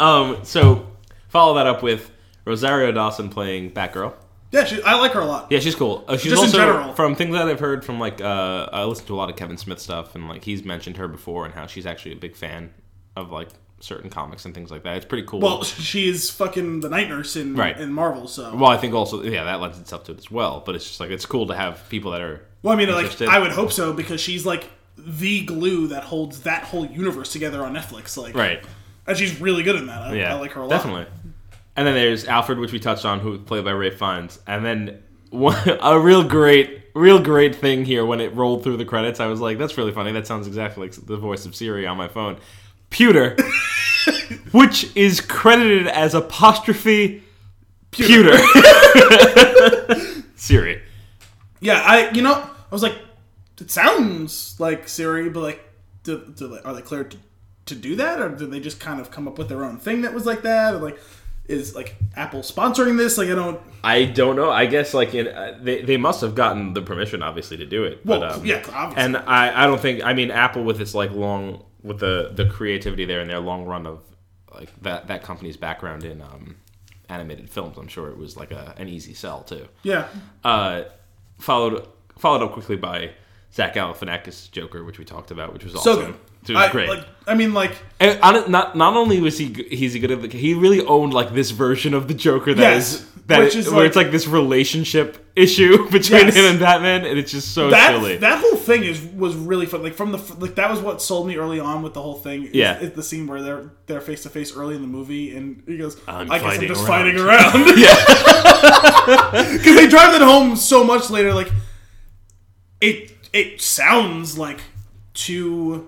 Speaker 1: Um, so follow that up with Rosario Dawson playing Batgirl.
Speaker 2: Yeah, she, I like her a lot.
Speaker 1: Yeah, she's cool. Uh, she's
Speaker 2: Just in
Speaker 1: also
Speaker 2: general.
Speaker 1: from things that I've heard from like uh, I listen to a lot of Kevin Smith stuff, and like he's mentioned her before and how she's actually a big fan of like certain comics and things like that. It's pretty cool.
Speaker 2: Well, she's fucking the night nurse in
Speaker 1: Right.
Speaker 2: in Marvel. So, well,
Speaker 1: Well, I think also yeah that lends itself to it as well. But it's just like it's cool to have people that are
Speaker 2: I mean, like
Speaker 1: Interested.
Speaker 2: I would hope so because she's like the glue that holds that whole universe together on Netflix. Like,
Speaker 1: right.
Speaker 2: and she's really good in that. I,
Speaker 1: Yeah,
Speaker 2: I like her a lot.
Speaker 1: Definitely. And then there's Alfred, which we touched on, who played by Ray Fiennes. And then one, a real great, real great thing here when it rolled through the credits, I was like, "That's really funny. That sounds exactly like the voice of Siri on my phone." Pewter, which is credited as apostrophe pewter. Siri.
Speaker 2: Yeah, I you know I was like, it sounds like Siri, but like, do, do they, are they cleared to, to do that, or did they just kind of come up with their own thing that was like that, or like, is like Apple sponsoring this? Like, I don't.
Speaker 1: I don't know. I guess like in, uh, they they must have gotten the permission, obviously, to do it.
Speaker 2: Well,
Speaker 1: but, um,
Speaker 2: yeah, obviously.
Speaker 1: and I I don't think I mean Apple with its like long with the the creativity there and their long run of like that that company's background in um, animated films. I'm sure it was like a an easy sell too.
Speaker 2: yeah,
Speaker 1: Uh, followed followed up quickly by Zach Galifianakis' Joker, which we talked about, which was
Speaker 2: so
Speaker 1: awesome.
Speaker 2: good.
Speaker 1: It was
Speaker 2: I,
Speaker 1: great.
Speaker 2: Like, I mean, like,
Speaker 1: And hon- not not only was he g- he's good at the he really owned like this version of the Joker that
Speaker 2: Yes,
Speaker 1: is that
Speaker 2: which
Speaker 1: is-
Speaker 2: is
Speaker 1: where
Speaker 2: like-
Speaker 1: it's like this relationship issue between
Speaker 2: Yes.
Speaker 1: him and Batman, and it's just so
Speaker 2: that
Speaker 1: silly.
Speaker 2: that whole thing is was really fun. Like from the f- like that was what sold me early on with the whole thing. Is,
Speaker 1: Yeah.
Speaker 2: is the scene where they're they're face to face early in the movie, and he goes,
Speaker 1: I'm
Speaker 2: i guess I'm
Speaker 1: fighting
Speaker 2: just
Speaker 1: around."
Speaker 2: fighting around."
Speaker 1: yeah,
Speaker 2: because they drive that home so much later. Like it, it sounds like two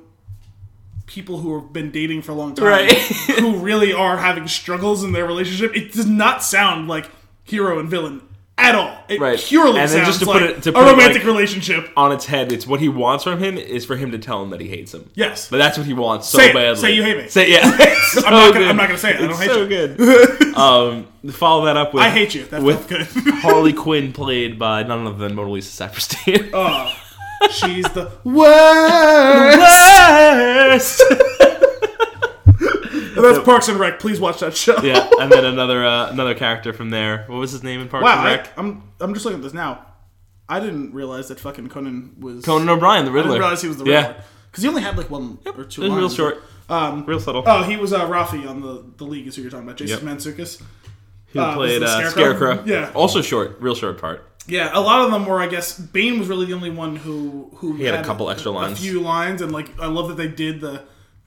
Speaker 2: people who have been dating for a long time,
Speaker 1: Right.
Speaker 2: who really are having struggles in their relationship. It does not sound like hero and villain at all. It
Speaker 1: Right.
Speaker 2: purely
Speaker 1: And then
Speaker 2: sounds
Speaker 1: just to
Speaker 2: like
Speaker 1: put it- to
Speaker 2: a
Speaker 1: put it,
Speaker 2: romantic
Speaker 1: like-
Speaker 2: relationship.
Speaker 1: on its head, it's what he wants from him is for him to tell him that he hates him.
Speaker 2: Yes.
Speaker 1: but that's what he wants so
Speaker 2: Say it.
Speaker 1: badly.
Speaker 2: Say you hate me.
Speaker 1: Say yeah. It's so
Speaker 2: I'm not gonna-
Speaker 1: good.
Speaker 2: I'm not gonna say it. I don't
Speaker 1: It's
Speaker 2: hate
Speaker 1: so
Speaker 2: you.
Speaker 1: good. um, follow that up with
Speaker 2: I hate you. That felt
Speaker 1: with
Speaker 2: good.
Speaker 1: Harley Quinn played by none other than Mona Lisa Sacristan.
Speaker 2: oh, she's the worst.
Speaker 1: Worst.
Speaker 2: That's Parks and Rec. Please watch that show.
Speaker 1: yeah, and then another uh, another character from there. What was his name in Parks
Speaker 2: Wow,
Speaker 1: and
Speaker 2: I,
Speaker 1: Rec?
Speaker 2: I'm I'm just looking at this now. I didn't realize that fucking Conan was
Speaker 1: Conan O'Brien, Oh, the
Speaker 2: I didn't
Speaker 1: Riddler.
Speaker 2: realize he was the
Speaker 1: Yeah.
Speaker 2: Riddler because he only had like one or two.
Speaker 1: It was real
Speaker 2: lines.
Speaker 1: short,
Speaker 2: Um,
Speaker 1: real subtle.
Speaker 2: oh, he was uh, Rafi on the the league is who you're talking about, Jason
Speaker 1: Yep.
Speaker 2: Mantzoukas.
Speaker 1: He
Speaker 2: uh, was
Speaker 1: played
Speaker 2: it
Speaker 1: uh,
Speaker 2: Scarecrow?
Speaker 1: Scarecrow.
Speaker 2: Yeah.
Speaker 1: Also short, real short part.
Speaker 2: Yeah, a lot of them were. I guess Bane was really the only one who who
Speaker 1: had a couple extra lines.
Speaker 2: a few lines, and like I love that they did the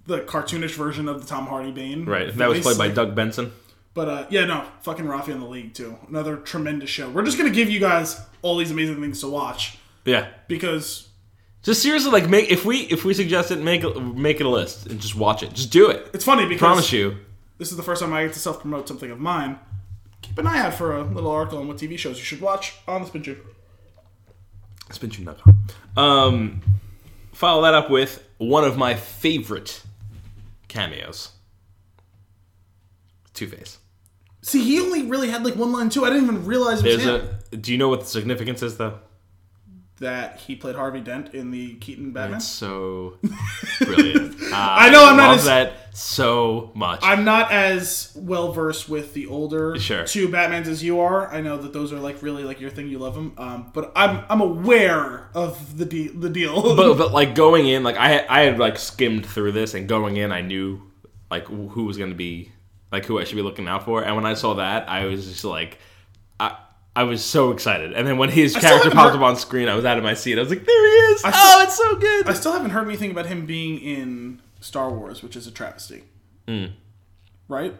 Speaker 2: the cartoonish version of the Tom Hardy Bane.
Speaker 1: Right. That was
Speaker 2: voice.
Speaker 1: played by Doug Benson.
Speaker 2: But uh, yeah, no, fucking Rafi on the league too. Another tremendous show. We're just gonna give you guys all these amazing things to watch
Speaker 1: Yeah.
Speaker 2: because
Speaker 1: Just seriously, like make if we if we suggest it, make a- make it a list and just watch it. Just do it.
Speaker 2: it's funny because
Speaker 1: promise you.
Speaker 2: this is the first time I get to self promote something of mine. Keep an eye out for a little article on what TV shows you should watch on the Spin Tube.
Speaker 1: It's been Jim Um, follow that up with one of my favorite cameos. Two Face.
Speaker 2: See, he only really had like one line too. I didn't even realize it was
Speaker 1: There's
Speaker 2: him.
Speaker 1: a. Do you know what the significance is though?
Speaker 2: that he played Harvey Dent in the Keaton Batman.
Speaker 1: It's so brilliant.
Speaker 2: I know I'm not
Speaker 1: love
Speaker 2: as-
Speaker 1: that so much.
Speaker 2: I'm not as well versed with the older
Speaker 1: Sure.
Speaker 2: two Batmans as you are. I know that those are like really like your thing. You love them, um, but I'm I'm aware of the de- the deal.
Speaker 1: but, but like going in, like I I had like skimmed through this and going in, I knew like who was going to be like who I should be looking out for. And when I saw that, I was just like, I I was so excited. And then when his character
Speaker 2: haven't
Speaker 1: popped
Speaker 2: heard-
Speaker 1: up on screen, I was out of my seat. I was like, there he is!
Speaker 2: still-
Speaker 1: oh, it's so good.
Speaker 2: I still haven't heard anything about him being in Star Wars, which is a travesty.
Speaker 1: Mm.
Speaker 2: Right?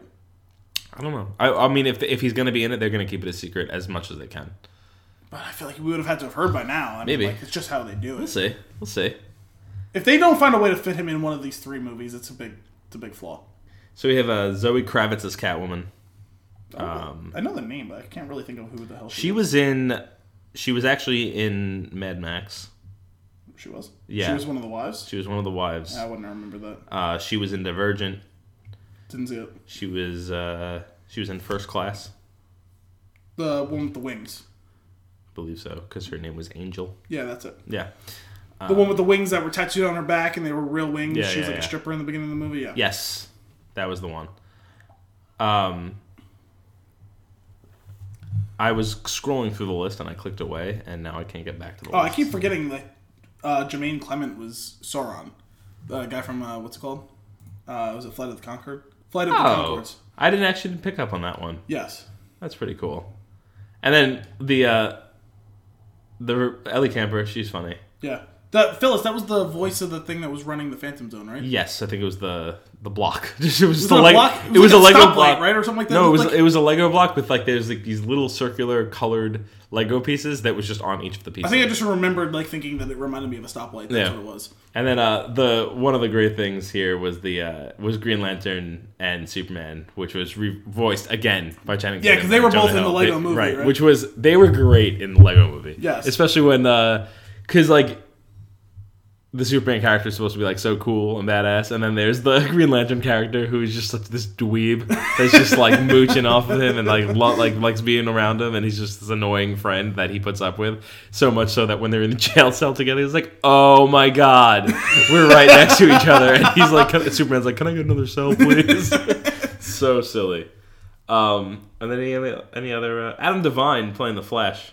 Speaker 1: I don't know. I, I mean, if if he's going to be in it, they're going to keep it a secret as much as they can.
Speaker 2: But I feel like we would have had to have heard by now. I mean,
Speaker 1: Maybe.
Speaker 2: like, it's just how they do
Speaker 1: We'll
Speaker 2: it.
Speaker 1: see. We'll see.
Speaker 2: If they don't find a way to fit him in one of these three movies, it's a big it's a big flaw.
Speaker 1: So we have uh, Zoe Kravitz as Catwoman.
Speaker 2: I know the name, but I can't really think of who the hell she
Speaker 1: Um, She was in. She was actually in Mad Max.
Speaker 2: she was.
Speaker 1: Yeah.
Speaker 2: she was one of the wives.
Speaker 1: She was one of the wives.
Speaker 2: I wouldn't remember that.
Speaker 1: Uh, she was in Divergent.
Speaker 2: Didn't see it.
Speaker 1: She was uh, she was in first class,
Speaker 2: The one with the wings.
Speaker 1: I believe so, because her name was Angel.
Speaker 2: Yeah, that's it.
Speaker 1: Yeah.
Speaker 2: The one with the wings that were tattooed on her back and they were real wings.
Speaker 1: Ah. Yeah,
Speaker 2: she was
Speaker 1: yeah,
Speaker 2: like
Speaker 1: yeah.
Speaker 2: a stripper in the beginning of the movie. Yeah.
Speaker 1: Yes, that was the one. Um, I was scrolling through the list and I clicked away, and now I can't get back to the
Speaker 2: Oh, I
Speaker 1: list.
Speaker 2: keep forgetting that uh, Jermaine Clement was Sauron. The guy from, uh, what's it called? Uh, was it Flight of the Concord? Flight of the
Speaker 1: oh,
Speaker 2: Concords.
Speaker 1: I didn't actually pick up on that one.
Speaker 2: Yes.
Speaker 1: That's pretty cool. And then the uh, the Ellie Camper, she's funny.
Speaker 2: Yeah. That, Phyllis, that was the voice of the thing that was running the Phantom Zone, right?
Speaker 1: Yes, I think it was the the block. it was, just
Speaker 2: it
Speaker 1: a
Speaker 2: a
Speaker 1: leg-
Speaker 2: block?
Speaker 1: It was a
Speaker 2: like
Speaker 1: Lego
Speaker 2: stoplight,
Speaker 1: block,
Speaker 2: right, or something like that?
Speaker 1: No, it was
Speaker 2: Like-
Speaker 1: it was a Lego block with like there's like these little circular colored Lego pieces that was just on each of the
Speaker 2: I
Speaker 1: pieces.
Speaker 2: think I just remembered, like, thinking that it reminded me of a stoplight. That's
Speaker 1: Yeah.
Speaker 2: what it was.
Speaker 1: and then uh, the one of the great things here was the uh, was Green Lantern and Superman, which was re- voiced again by Channing.
Speaker 2: Yeah, 'cause they were both in the Lego
Speaker 1: They-
Speaker 2: movie, right?
Speaker 1: Which was they were great in the Lego movie.
Speaker 2: Yes.
Speaker 1: especially when because like. The Superman character is supposed to be like so cool and badass, and then there's the Green Lantern character who is just such this dweeb that's just like mooching off of him and like lo- like likes being around him, and he's just this annoying friend that he puts up with so much so that when they're in the jail cell together, he's like, "Oh my god, we're right next to each other," and he's like, can- "Superman's like, can I get another cell, please?" so silly. Um, and then any other, any other uh, Adam Devine playing the Flash?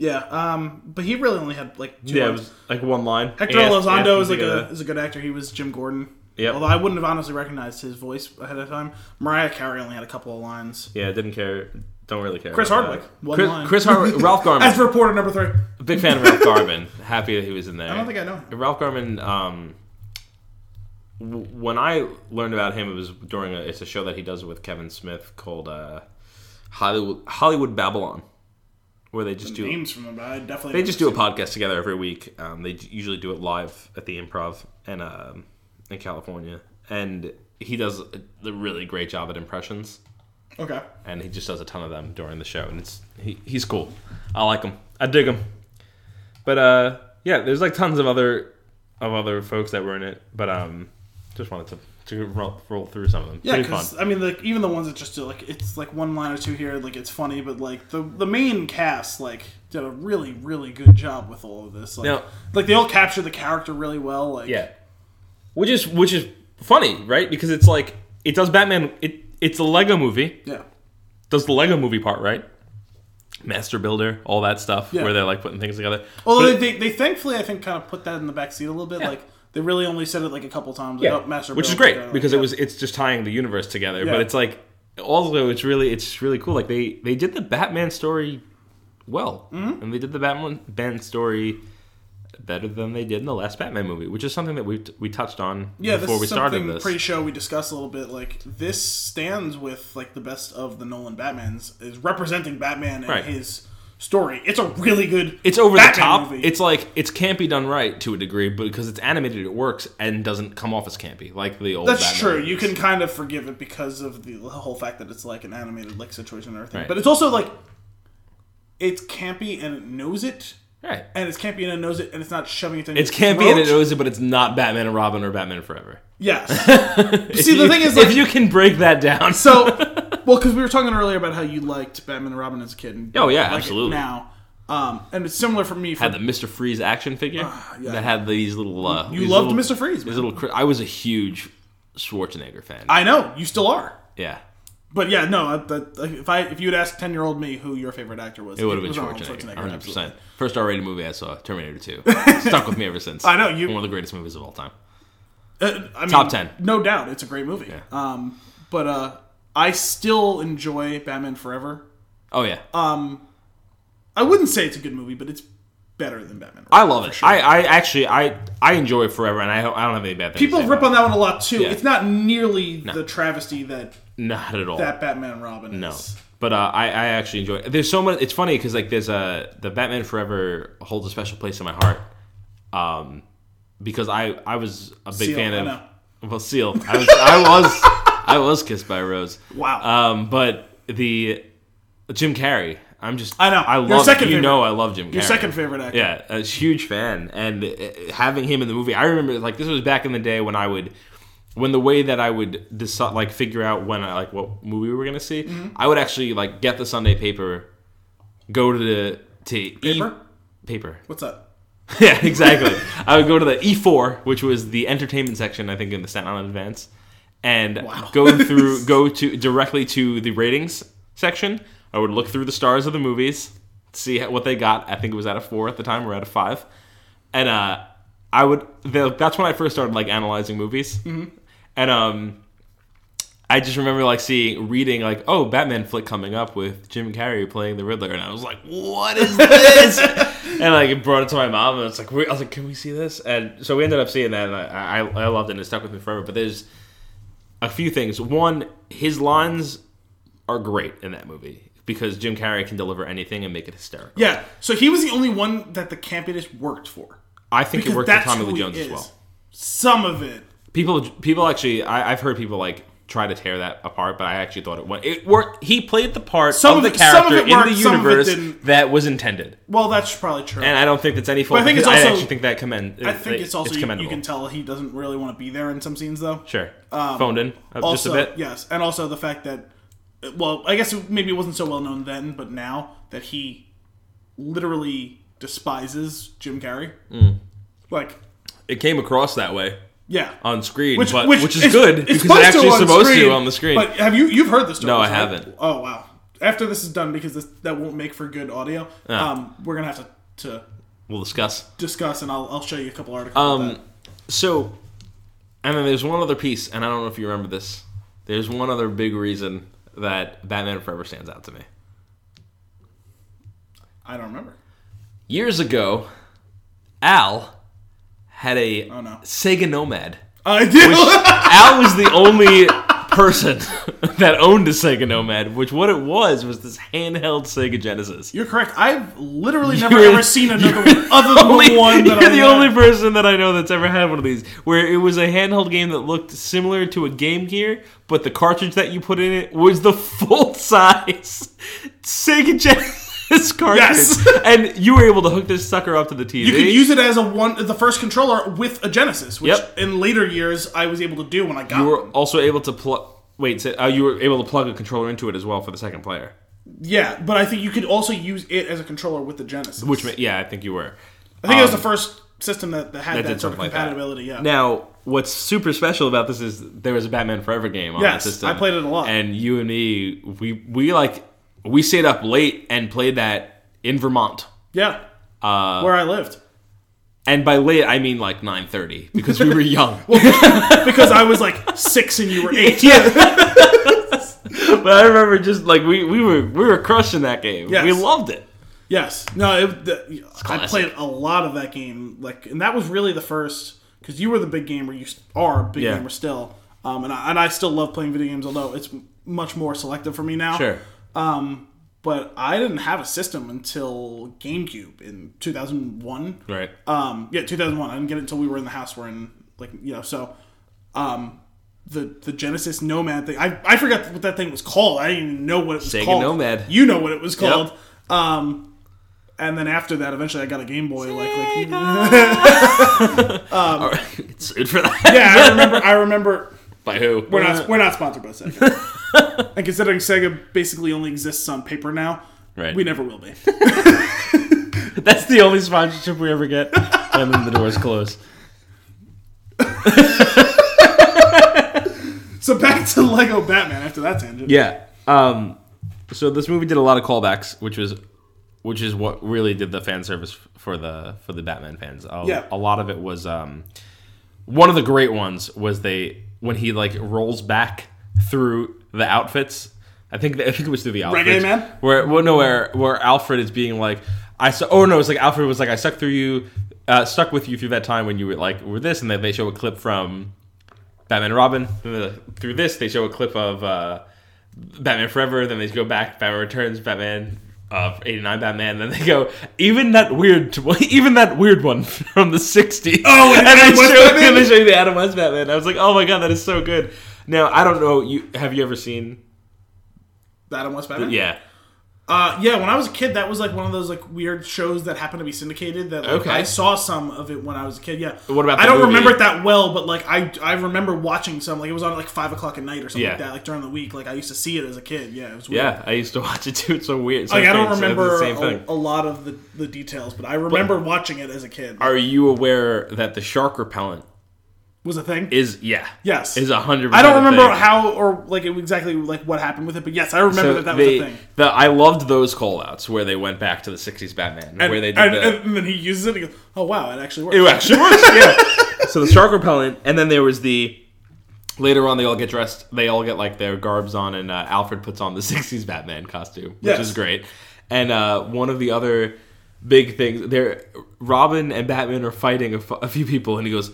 Speaker 2: Yeah. Um, but he really only had, like, two
Speaker 1: Yeah, it
Speaker 2: lines.
Speaker 1: was like one line.
Speaker 2: Hector
Speaker 1: Asked- asked him
Speaker 2: Elizondo is
Speaker 1: to
Speaker 2: like
Speaker 1: get
Speaker 2: a, is a good actor. He was Jim Gordon.
Speaker 1: Yep.
Speaker 2: Although I wouldn't have honestly recognized his voice ahead of time. Mariah Carey only had a couple of lines.
Speaker 1: Yeah, didn't care. Don't really care.
Speaker 2: Chris
Speaker 1: about
Speaker 2: Hardwick,
Speaker 1: that.
Speaker 2: one
Speaker 1: Chris,
Speaker 2: line.
Speaker 1: Chris Hardwick. Ralph
Speaker 2: As
Speaker 1: Garman.
Speaker 2: for reporter number three,
Speaker 1: big fan of Ralph Garman. Happy that he was in there.
Speaker 2: I don't think I know. him.
Speaker 1: Ralph Garman. Um, w- when I learned about him, it was during a, it's a show that he does with Kevin Smith called uh, Hollywood Hollywood Babylon, where they just do
Speaker 2: Names from him, but I definitely
Speaker 1: they just do a podcast together every week. Um, they j- usually do it live at the Improv and um, in California, and he does a, a really great job at impressions
Speaker 2: Okay.
Speaker 1: and he just does a ton of them during the show, and it's he, he's cool. I like him. I dig him. But uh, yeah, there's like tons of other of other folks that were in it, but um, just wanted to to roll, roll through some of them.
Speaker 2: Yeah,
Speaker 1: Pretty fun.
Speaker 2: because I mean, like even the ones that just do like it's like one line or two here, like it's funny, but like the the main cast like did a really really good job with all of this. Like,
Speaker 1: Now-
Speaker 2: like they all captured the character really well. Like
Speaker 1: Yeah, which is which is funny, right? Because it's like it does Batman. It it's a Lego movie.
Speaker 2: yeah.
Speaker 1: Does the Lego movie part right? Master Builder, all that stuff,
Speaker 2: Yeah. Oh,
Speaker 1: where they're like putting things together.
Speaker 2: Although
Speaker 1: But
Speaker 2: they,
Speaker 1: it-
Speaker 2: they, they thankfully, I think, kind of put that in the back seat a little bit.
Speaker 1: Yeah.
Speaker 2: Like they really only said it like a couple times.
Speaker 1: yeah,
Speaker 2: Like, oh, Master
Speaker 1: which is
Speaker 2: Builder,
Speaker 1: great
Speaker 2: uh,
Speaker 1: because
Speaker 2: yeah.
Speaker 1: it was it's just tying the universe together.
Speaker 2: Yeah.
Speaker 1: But it's like also it's really it's really cool. Like they they did the Batman story well,
Speaker 2: Mm-hmm.
Speaker 1: and they did the Batman Batman story better than they did in the last Batman movie, which is something that we we touched on
Speaker 2: yeah. This
Speaker 1: before
Speaker 2: is
Speaker 1: we
Speaker 2: something
Speaker 1: started this.
Speaker 2: pretty show we discussed a little bit. Like this stands with like the best of the Nolan Batmans is representing Batman and
Speaker 1: Right.
Speaker 2: his story. It's a really good.
Speaker 1: It's over
Speaker 2: Batman
Speaker 1: the top.
Speaker 2: Movie.
Speaker 1: It's like it's can't be done right to a degree, but because it's animated, it works and doesn't come off as campy like the old.
Speaker 2: That's
Speaker 1: Batman
Speaker 2: true.
Speaker 1: movies.
Speaker 2: You can kind of forgive it because of the whole fact that it's like an animated like situation and everything.
Speaker 1: Right.
Speaker 2: But it's also like it's campy and it knows it,
Speaker 1: right.
Speaker 2: and it's campy and it knows it, and it's not shoving it down.
Speaker 1: It's
Speaker 2: your
Speaker 1: campy and it
Speaker 2: throat.
Speaker 1: knows it, but it's not Batman and Robin or Batman Forever.
Speaker 2: Yes. See, the
Speaker 1: If you-
Speaker 2: thing is,
Speaker 1: if
Speaker 2: like-
Speaker 1: you can break that down,
Speaker 2: so, well, because we were talking earlier about how you liked Batman and Robin as a kid. And
Speaker 1: Oh, yeah,
Speaker 2: like it
Speaker 1: absolutely.
Speaker 2: Now, um, and it's similar for me. For,
Speaker 1: had the Mister Freeze action figure
Speaker 2: Ah, yeah.
Speaker 1: that had these little. Uh,
Speaker 2: you
Speaker 1: these
Speaker 2: loved
Speaker 1: little-
Speaker 2: Mr. Freeze.
Speaker 1: These
Speaker 2: Man.
Speaker 1: little. cri- I was a huge Schwarzenegger fan.
Speaker 2: I know you still are.
Speaker 1: yeah,
Speaker 2: But yeah, no. I- That, like, if I if you had asked ten year old me who your favorite actor was,
Speaker 1: it would have been
Speaker 2: was Arnold
Speaker 1: Schwarzenegger,
Speaker 2: absolutely.
Speaker 1: hundred percent. First R-rated movie I saw, Terminator Two, stuck with me ever since.
Speaker 2: I know, you-
Speaker 1: one of the greatest movies of all time.
Speaker 2: Uh, I mean,
Speaker 1: Top 10.
Speaker 2: no doubt. It's a great movie. Um, but uh, I still enjoy Batman Forever.
Speaker 1: Oh yeah,
Speaker 2: Uh, I wouldn't say it's a good movie, but it's better than Batman. Forever.
Speaker 1: I love it. I, I actually I I enjoy it forever, and I ho- I don't have any bad things.
Speaker 2: People
Speaker 1: to say
Speaker 2: rip
Speaker 1: about
Speaker 2: on that one a lot too.
Speaker 1: Yeah.
Speaker 2: It's not nearly the travesty that
Speaker 1: it. not at all.
Speaker 2: that Batman and Robin.
Speaker 1: No,
Speaker 2: is.
Speaker 1: but uh, I, I actually enjoy. It. There's so much. It's funny because like there's a the Batman Forever holds a special place in my heart, um, because I I was a big
Speaker 2: Seal,
Speaker 1: fan
Speaker 2: I
Speaker 1: of
Speaker 2: know.
Speaker 1: well Seal. I was I was I was kissed by a rose.
Speaker 2: Wow.
Speaker 1: Um, but the Jim Carrey. I'm just
Speaker 2: I know.
Speaker 1: I
Speaker 2: Your
Speaker 1: love
Speaker 2: second
Speaker 1: you
Speaker 2: favorite-
Speaker 1: know I love Jim.
Speaker 2: Your
Speaker 1: Carrey.
Speaker 2: second favorite actor.
Speaker 1: Yeah, a huge fan, and uh, having him in the movie, I remember like this was back in the day when I would, when the way that I would decide like figure out when I like what movie we were gonna see, I would actually like get the Sunday paper, go to the to
Speaker 2: Paper?
Speaker 1: E paper.
Speaker 2: What's up?
Speaker 1: yeah, exactly. I would go to the E four, which was the entertainment section, I think, in the Staten Island Advance, and
Speaker 2: Wow.
Speaker 1: go through go to directly to the ratings section. I would look through the stars of the movies, see what they got. I think it was out of four at the time, or out of five, and uh, I would. The, that's when I first started like analyzing movies, and um. I just remember like seeing, reading like, oh, Batman flick coming up with Jim Carrey playing the Riddler, and I was like, what is this? and like it brought it to my mom, and it's like, we- I was like, can we see this? And so we ended up seeing that, and I, I, I loved it, and it stuck with me forever. But there's a few things. One, his lines are great in that movie because Jim Carrey can deliver anything and make it hysterical.
Speaker 2: Yeah. So he was the only one that the campiness worked for.
Speaker 1: I think it
Speaker 2: Because
Speaker 1: worked with
Speaker 2: that's
Speaker 1: Tommy
Speaker 2: who
Speaker 1: Lee
Speaker 2: he
Speaker 1: Jones as
Speaker 2: is.
Speaker 1: well.
Speaker 2: Some of it.
Speaker 1: People, people actually, I, I've heard people like try to tear that apart, but I actually thought it went. It worked. He played the part
Speaker 2: Some
Speaker 1: of
Speaker 2: of
Speaker 1: the
Speaker 2: it- some of
Speaker 1: character
Speaker 2: it worked,
Speaker 1: in the
Speaker 2: some of it
Speaker 1: universe
Speaker 2: didn't.
Speaker 1: that was intended,
Speaker 2: Well, that's probably true.
Speaker 1: and I don't think that's any fault.
Speaker 2: I think
Speaker 1: of his-
Speaker 2: it's also-
Speaker 1: actually think that commend.
Speaker 2: I think it's also you- you,
Speaker 1: commendable.
Speaker 2: can tell he doesn't really want to be there in some scenes though.
Speaker 1: sure phoned in uh, just a
Speaker 2: also,
Speaker 1: bit.
Speaker 2: Yes, and also the fact that, well, I guess it maybe it wasn't so well known then, but now that he literally despises Jim Carrey,
Speaker 1: Mm.
Speaker 2: like
Speaker 1: It came across that way
Speaker 2: yeah,
Speaker 1: on screen,
Speaker 2: which
Speaker 1: but,
Speaker 2: which,
Speaker 1: which, is, good because it's actually supposed to on the screen.
Speaker 2: But have you you've heard this? story?
Speaker 1: No, I
Speaker 2: right?
Speaker 1: haven't.
Speaker 2: Oh wow! After this is done, because this that won't make for good audio, um, we're gonna have to to
Speaker 1: we'll discuss.
Speaker 2: discuss, and I'll I'll show you a couple articles. about
Speaker 1: Um,
Speaker 2: that.
Speaker 1: so, and then there's one other piece, and I don't know if you remember this. There's one other big reason that Batman Forever stands out to me.
Speaker 2: I don't remember.
Speaker 1: Years ago, Al had a
Speaker 2: Oh no,
Speaker 1: Sega Nomad.
Speaker 2: I do.
Speaker 1: Al was the only person that owned a Sega Nomad, which what it was was this handheld Sega Genesis.
Speaker 2: You're correct. I've literally never
Speaker 1: You're-
Speaker 2: ever seen another one other than
Speaker 1: only-
Speaker 2: the one that
Speaker 1: you're
Speaker 2: I
Speaker 1: the
Speaker 2: had.
Speaker 1: only person that I know that's ever had one of these, where it was a handheld game that looked similar to a Game Gear, but the cartridge that you put in it was the full size Sega Genesis cartridge,
Speaker 2: Yes.
Speaker 1: and you were able to hook this sucker up to the TV.
Speaker 2: You could use it as a one, the first controller with a Genesis, which
Speaker 1: Yep.
Speaker 2: in later years I was able to do when I got.
Speaker 1: You were also able to plug. Wait, so, uh, you were able to plug a controller into it as well for the second player.
Speaker 2: yeah, but I think you could also use it as a controller with the Genesis.
Speaker 1: Which, ma- yeah, I think you were.
Speaker 2: I think it was the first system that, that had that,
Speaker 1: did
Speaker 2: sort of
Speaker 1: something like that.
Speaker 2: compatibility. yeah.
Speaker 1: Now, what's super special about this is there was a Batman Forever game on
Speaker 2: Yes,
Speaker 1: the system.
Speaker 2: I played it a lot.
Speaker 1: And you and me, we we like
Speaker 3: we stayed up late and played that in Vermont.
Speaker 2: Yeah. Where I lived.
Speaker 3: And by late, I mean like 9:30 because we were young.
Speaker 2: Because I was like six and you were eight.
Speaker 3: yeah. but I remember just like we, we were we were crushing that game.
Speaker 2: Yes.
Speaker 3: We loved it.
Speaker 2: Yes. No, it, the, I
Speaker 3: classic.
Speaker 2: played a lot of that game. Like, and that was really the first because you were the big gamer. You s- are a big
Speaker 3: Yeah.
Speaker 2: gamer still, um, and I, and I still love playing video games, although it's m- much more selective for me now.
Speaker 3: Sure.
Speaker 2: But I didn't have a system until GameCube in 2001.
Speaker 3: Right.
Speaker 1: Uh,
Speaker 2: Um, yeah, 2001. I didn't get it until we were in the house we're in. Like, you know, so. Um, the, the Genesis Nomad thing. I, I forgot what that thing was called. I didn't even know what it was
Speaker 3: Sega
Speaker 2: called.
Speaker 3: Nomad.
Speaker 2: You know what it was called. Um, and then after that, eventually I got a Game Boy. Like, like
Speaker 3: All right. It's sued for that.
Speaker 2: yeah, I remember. I remember.
Speaker 3: By who? Uh,
Speaker 2: We're not we're not sponsored by Sega. and considering Sega basically only exists on paper now,
Speaker 1: Right.
Speaker 2: we never will be.
Speaker 1: That's the only sponsorship we ever get. And then the doors close.
Speaker 2: So back to Lego Batman after that tangent.
Speaker 1: Yeah. Um, so this movie did a lot of callbacks, which was, which is what really did the fan service f- for the for the Batman fans. A,
Speaker 2: Yeah.
Speaker 1: a lot of it was. Um, one of the great ones was they when he like rolls back through the outfits. I think I think it was through the outfits.
Speaker 2: Man?
Speaker 1: Where well, no, where where Alfred is being like, I su- oh no, it's like Alfred was like, I stuck through you, uh, stuck with you through that time when you were like were this, and then they show a clip from Batman and Robin. Then they're like, Through this, they show a clip of uh, Batman Forever. Then they go back, Batman Returns, Batman. Uh, '89 Batman. Then they go even that weird, even that weird one from the '60s.
Speaker 2: Oh, and Adam
Speaker 1: they
Speaker 2: West
Speaker 1: show,
Speaker 2: Batman?
Speaker 1: and they show you the Adam West Batman. I was like, oh my god, that is so good. Now I don't know. You have you ever seen?
Speaker 2: Adam West Batman.
Speaker 1: Yeah.
Speaker 2: Uh, yeah, when I was a kid, that was like one of those like weird shows that happened to be syndicated. That like,
Speaker 1: Okay.
Speaker 2: I saw some of it when I was a kid. Yeah.
Speaker 1: What about
Speaker 2: I
Speaker 1: the
Speaker 2: don't
Speaker 1: movie?
Speaker 2: remember it that well, but like I I remember watching some. Like it was on at, like five o'clock at night or something
Speaker 1: Yeah.
Speaker 2: like that. Like during the week, like I used to see it as a kid. Yeah, it was weird.
Speaker 1: Yeah, I used to watch it too. It's so weird. So
Speaker 2: Like I don't
Speaker 1: it's- it's
Speaker 2: remember
Speaker 1: the same
Speaker 2: a,
Speaker 1: thing.
Speaker 2: a lot of the, the details, but I remember watching it as a kid.
Speaker 1: Are you aware that the shark repellent
Speaker 2: was a thing.
Speaker 1: is yeah
Speaker 2: yes.
Speaker 1: is a hundred?
Speaker 2: I don't
Speaker 1: percent a
Speaker 2: remember
Speaker 1: thing.
Speaker 2: how or like it, exactly like what happened with it, but yes, I remember
Speaker 1: So
Speaker 2: that that
Speaker 1: they-
Speaker 2: was a thing.
Speaker 1: the- I loved those callouts where they went back to the '60s Batman, where they did
Speaker 2: and,
Speaker 1: the,
Speaker 2: and then he uses it. and he goes, "Oh wow, it actually works."
Speaker 1: It actually works. Yeah. so the shark repellent, and then there was the. Later on, they all get dressed. They all get like their garbs on, and uh, Alfred puts on the '60s Batman costume, which
Speaker 2: Yes.
Speaker 1: is great. And uh, one of the other big things, there, Robin and Batman are fighting a, fu- a few people, and he goes,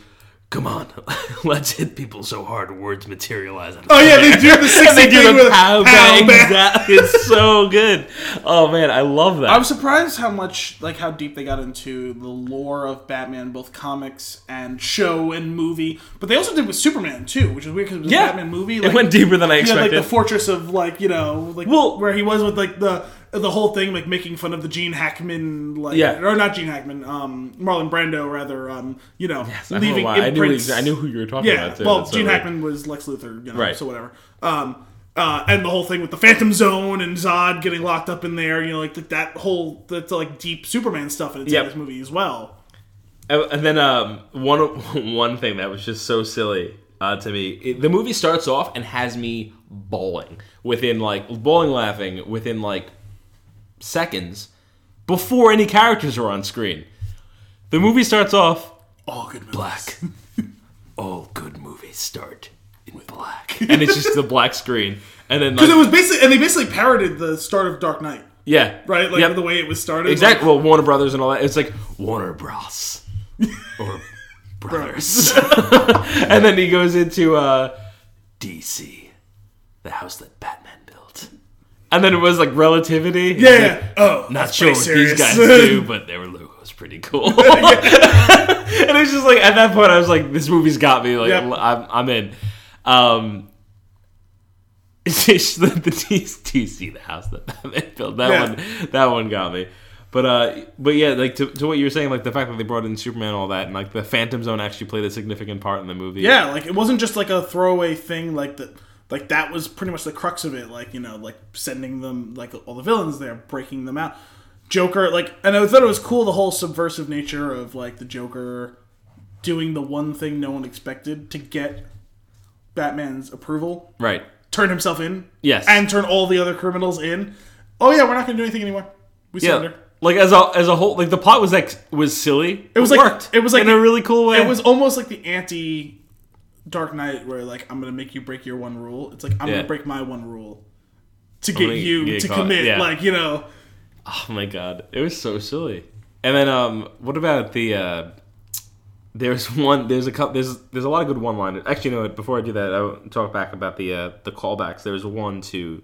Speaker 1: "Come on, let's hit people so hard words materialize."
Speaker 2: Oh yeah, they do the six
Speaker 1: And they do
Speaker 2: thing
Speaker 1: the
Speaker 2: with
Speaker 1: pow
Speaker 2: pow
Speaker 1: bang. That- It's so good. Oh man, I love that.
Speaker 2: I'm surprised how much like how deep they got into the lore of Batman, both comics and show and movie. But they also did with Superman too, which is weird because it was
Speaker 1: Yeah.
Speaker 2: a Batman movie.
Speaker 1: it went deeper than I
Speaker 2: Yeah, like
Speaker 1: expected.
Speaker 2: the fortress of like you know like
Speaker 1: Well-
Speaker 2: where he was with like the the whole thing like making fun of the Gene Hackman like
Speaker 1: Yeah.
Speaker 2: or not Gene Hackman um Marlon Brando rather um you know
Speaker 1: I don't know
Speaker 2: leaving
Speaker 1: why. I, knew,
Speaker 2: imprints
Speaker 1: exa- I knew who you were talking
Speaker 2: yeah
Speaker 1: about. too.
Speaker 2: well
Speaker 1: That's so
Speaker 2: Gene
Speaker 1: weird.
Speaker 2: Hackman was Lex Luthor you know
Speaker 1: Right.
Speaker 2: so whatever um uh, and the whole thing with the Phantom Zone and Zod getting locked up in there, you know, like that whole that's like deep Superman stuff, and it's
Speaker 1: Yep.
Speaker 2: in this movie as well.
Speaker 1: And and then um, one one thing that was just so silly uh, to me, it- the movie starts off and has me bawling within like bawling laughing within like seconds before any characters are on screen. The movie starts off
Speaker 2: Oh, good movie.
Speaker 1: black. All good movies start in black, and it's just the black screen. And then like,
Speaker 2: Because it was basically, and they basically parodied the start of Dark Knight,
Speaker 1: yeah,
Speaker 2: right? Like
Speaker 1: Yep.
Speaker 2: the way it was started.
Speaker 1: Exactly. Well, Warner Brothers and all that. It's like Warner Bros. or Brothers. and then he goes into uh, DC, the house that Batman built. And then it was like relativity. It's
Speaker 2: Like,
Speaker 1: like,
Speaker 2: yeah. Oh,
Speaker 1: Not
Speaker 2: that's
Speaker 1: sure
Speaker 2: pretty
Speaker 1: what these
Speaker 2: serious.
Speaker 1: guys do, but their logo's pretty cool. and it was just like at that point, I was like, "This movie's got me. Like,
Speaker 2: Yep.
Speaker 1: I'm, I'm in." Um, it's just the, the DC, the house that Batman built. That
Speaker 2: Yeah.
Speaker 1: one, that one got me. But uh, but yeah, like to, to what you were saying, like the fact that they brought in Superman, and all that, and like the Phantom Zone actually played a significant part in the movie.
Speaker 2: yeah, like it wasn't just like a throwaway thing. Like that, like that was pretty much the crux of it. Like you know, like sending them, like all the villains there, breaking them out. Joker, like, and I thought it was cool the whole subversive nature of like the Joker doing the one thing no one expected to get Batman's approval,
Speaker 1: right.
Speaker 2: turn himself in,
Speaker 1: Yes.
Speaker 2: and turn all the other criminals in. oh yeah, we're not going to do anything anymore. We
Speaker 1: Yeah.
Speaker 2: surrender.
Speaker 1: Like as a as a whole, like the plot was like was silly. It
Speaker 2: was like-
Speaker 1: worked.
Speaker 2: it was like-
Speaker 1: in a really cool way.
Speaker 2: It was almost like the anti Dark Knight, where like I'm going to make you break your one rule. It's like I'm going
Speaker 1: Yeah.
Speaker 2: to break my one rule to get
Speaker 1: gonna
Speaker 2: you
Speaker 1: get
Speaker 2: to
Speaker 1: caught.
Speaker 2: commit.
Speaker 1: Yeah.
Speaker 2: Like you know,
Speaker 1: Oh my god, it was so silly. And then um, what about the? Uh, there's one. There's a couple. There's there's a lot of good one liners. Actually, no. Before I do that, I will talk back about the uh, the callbacks. There was one to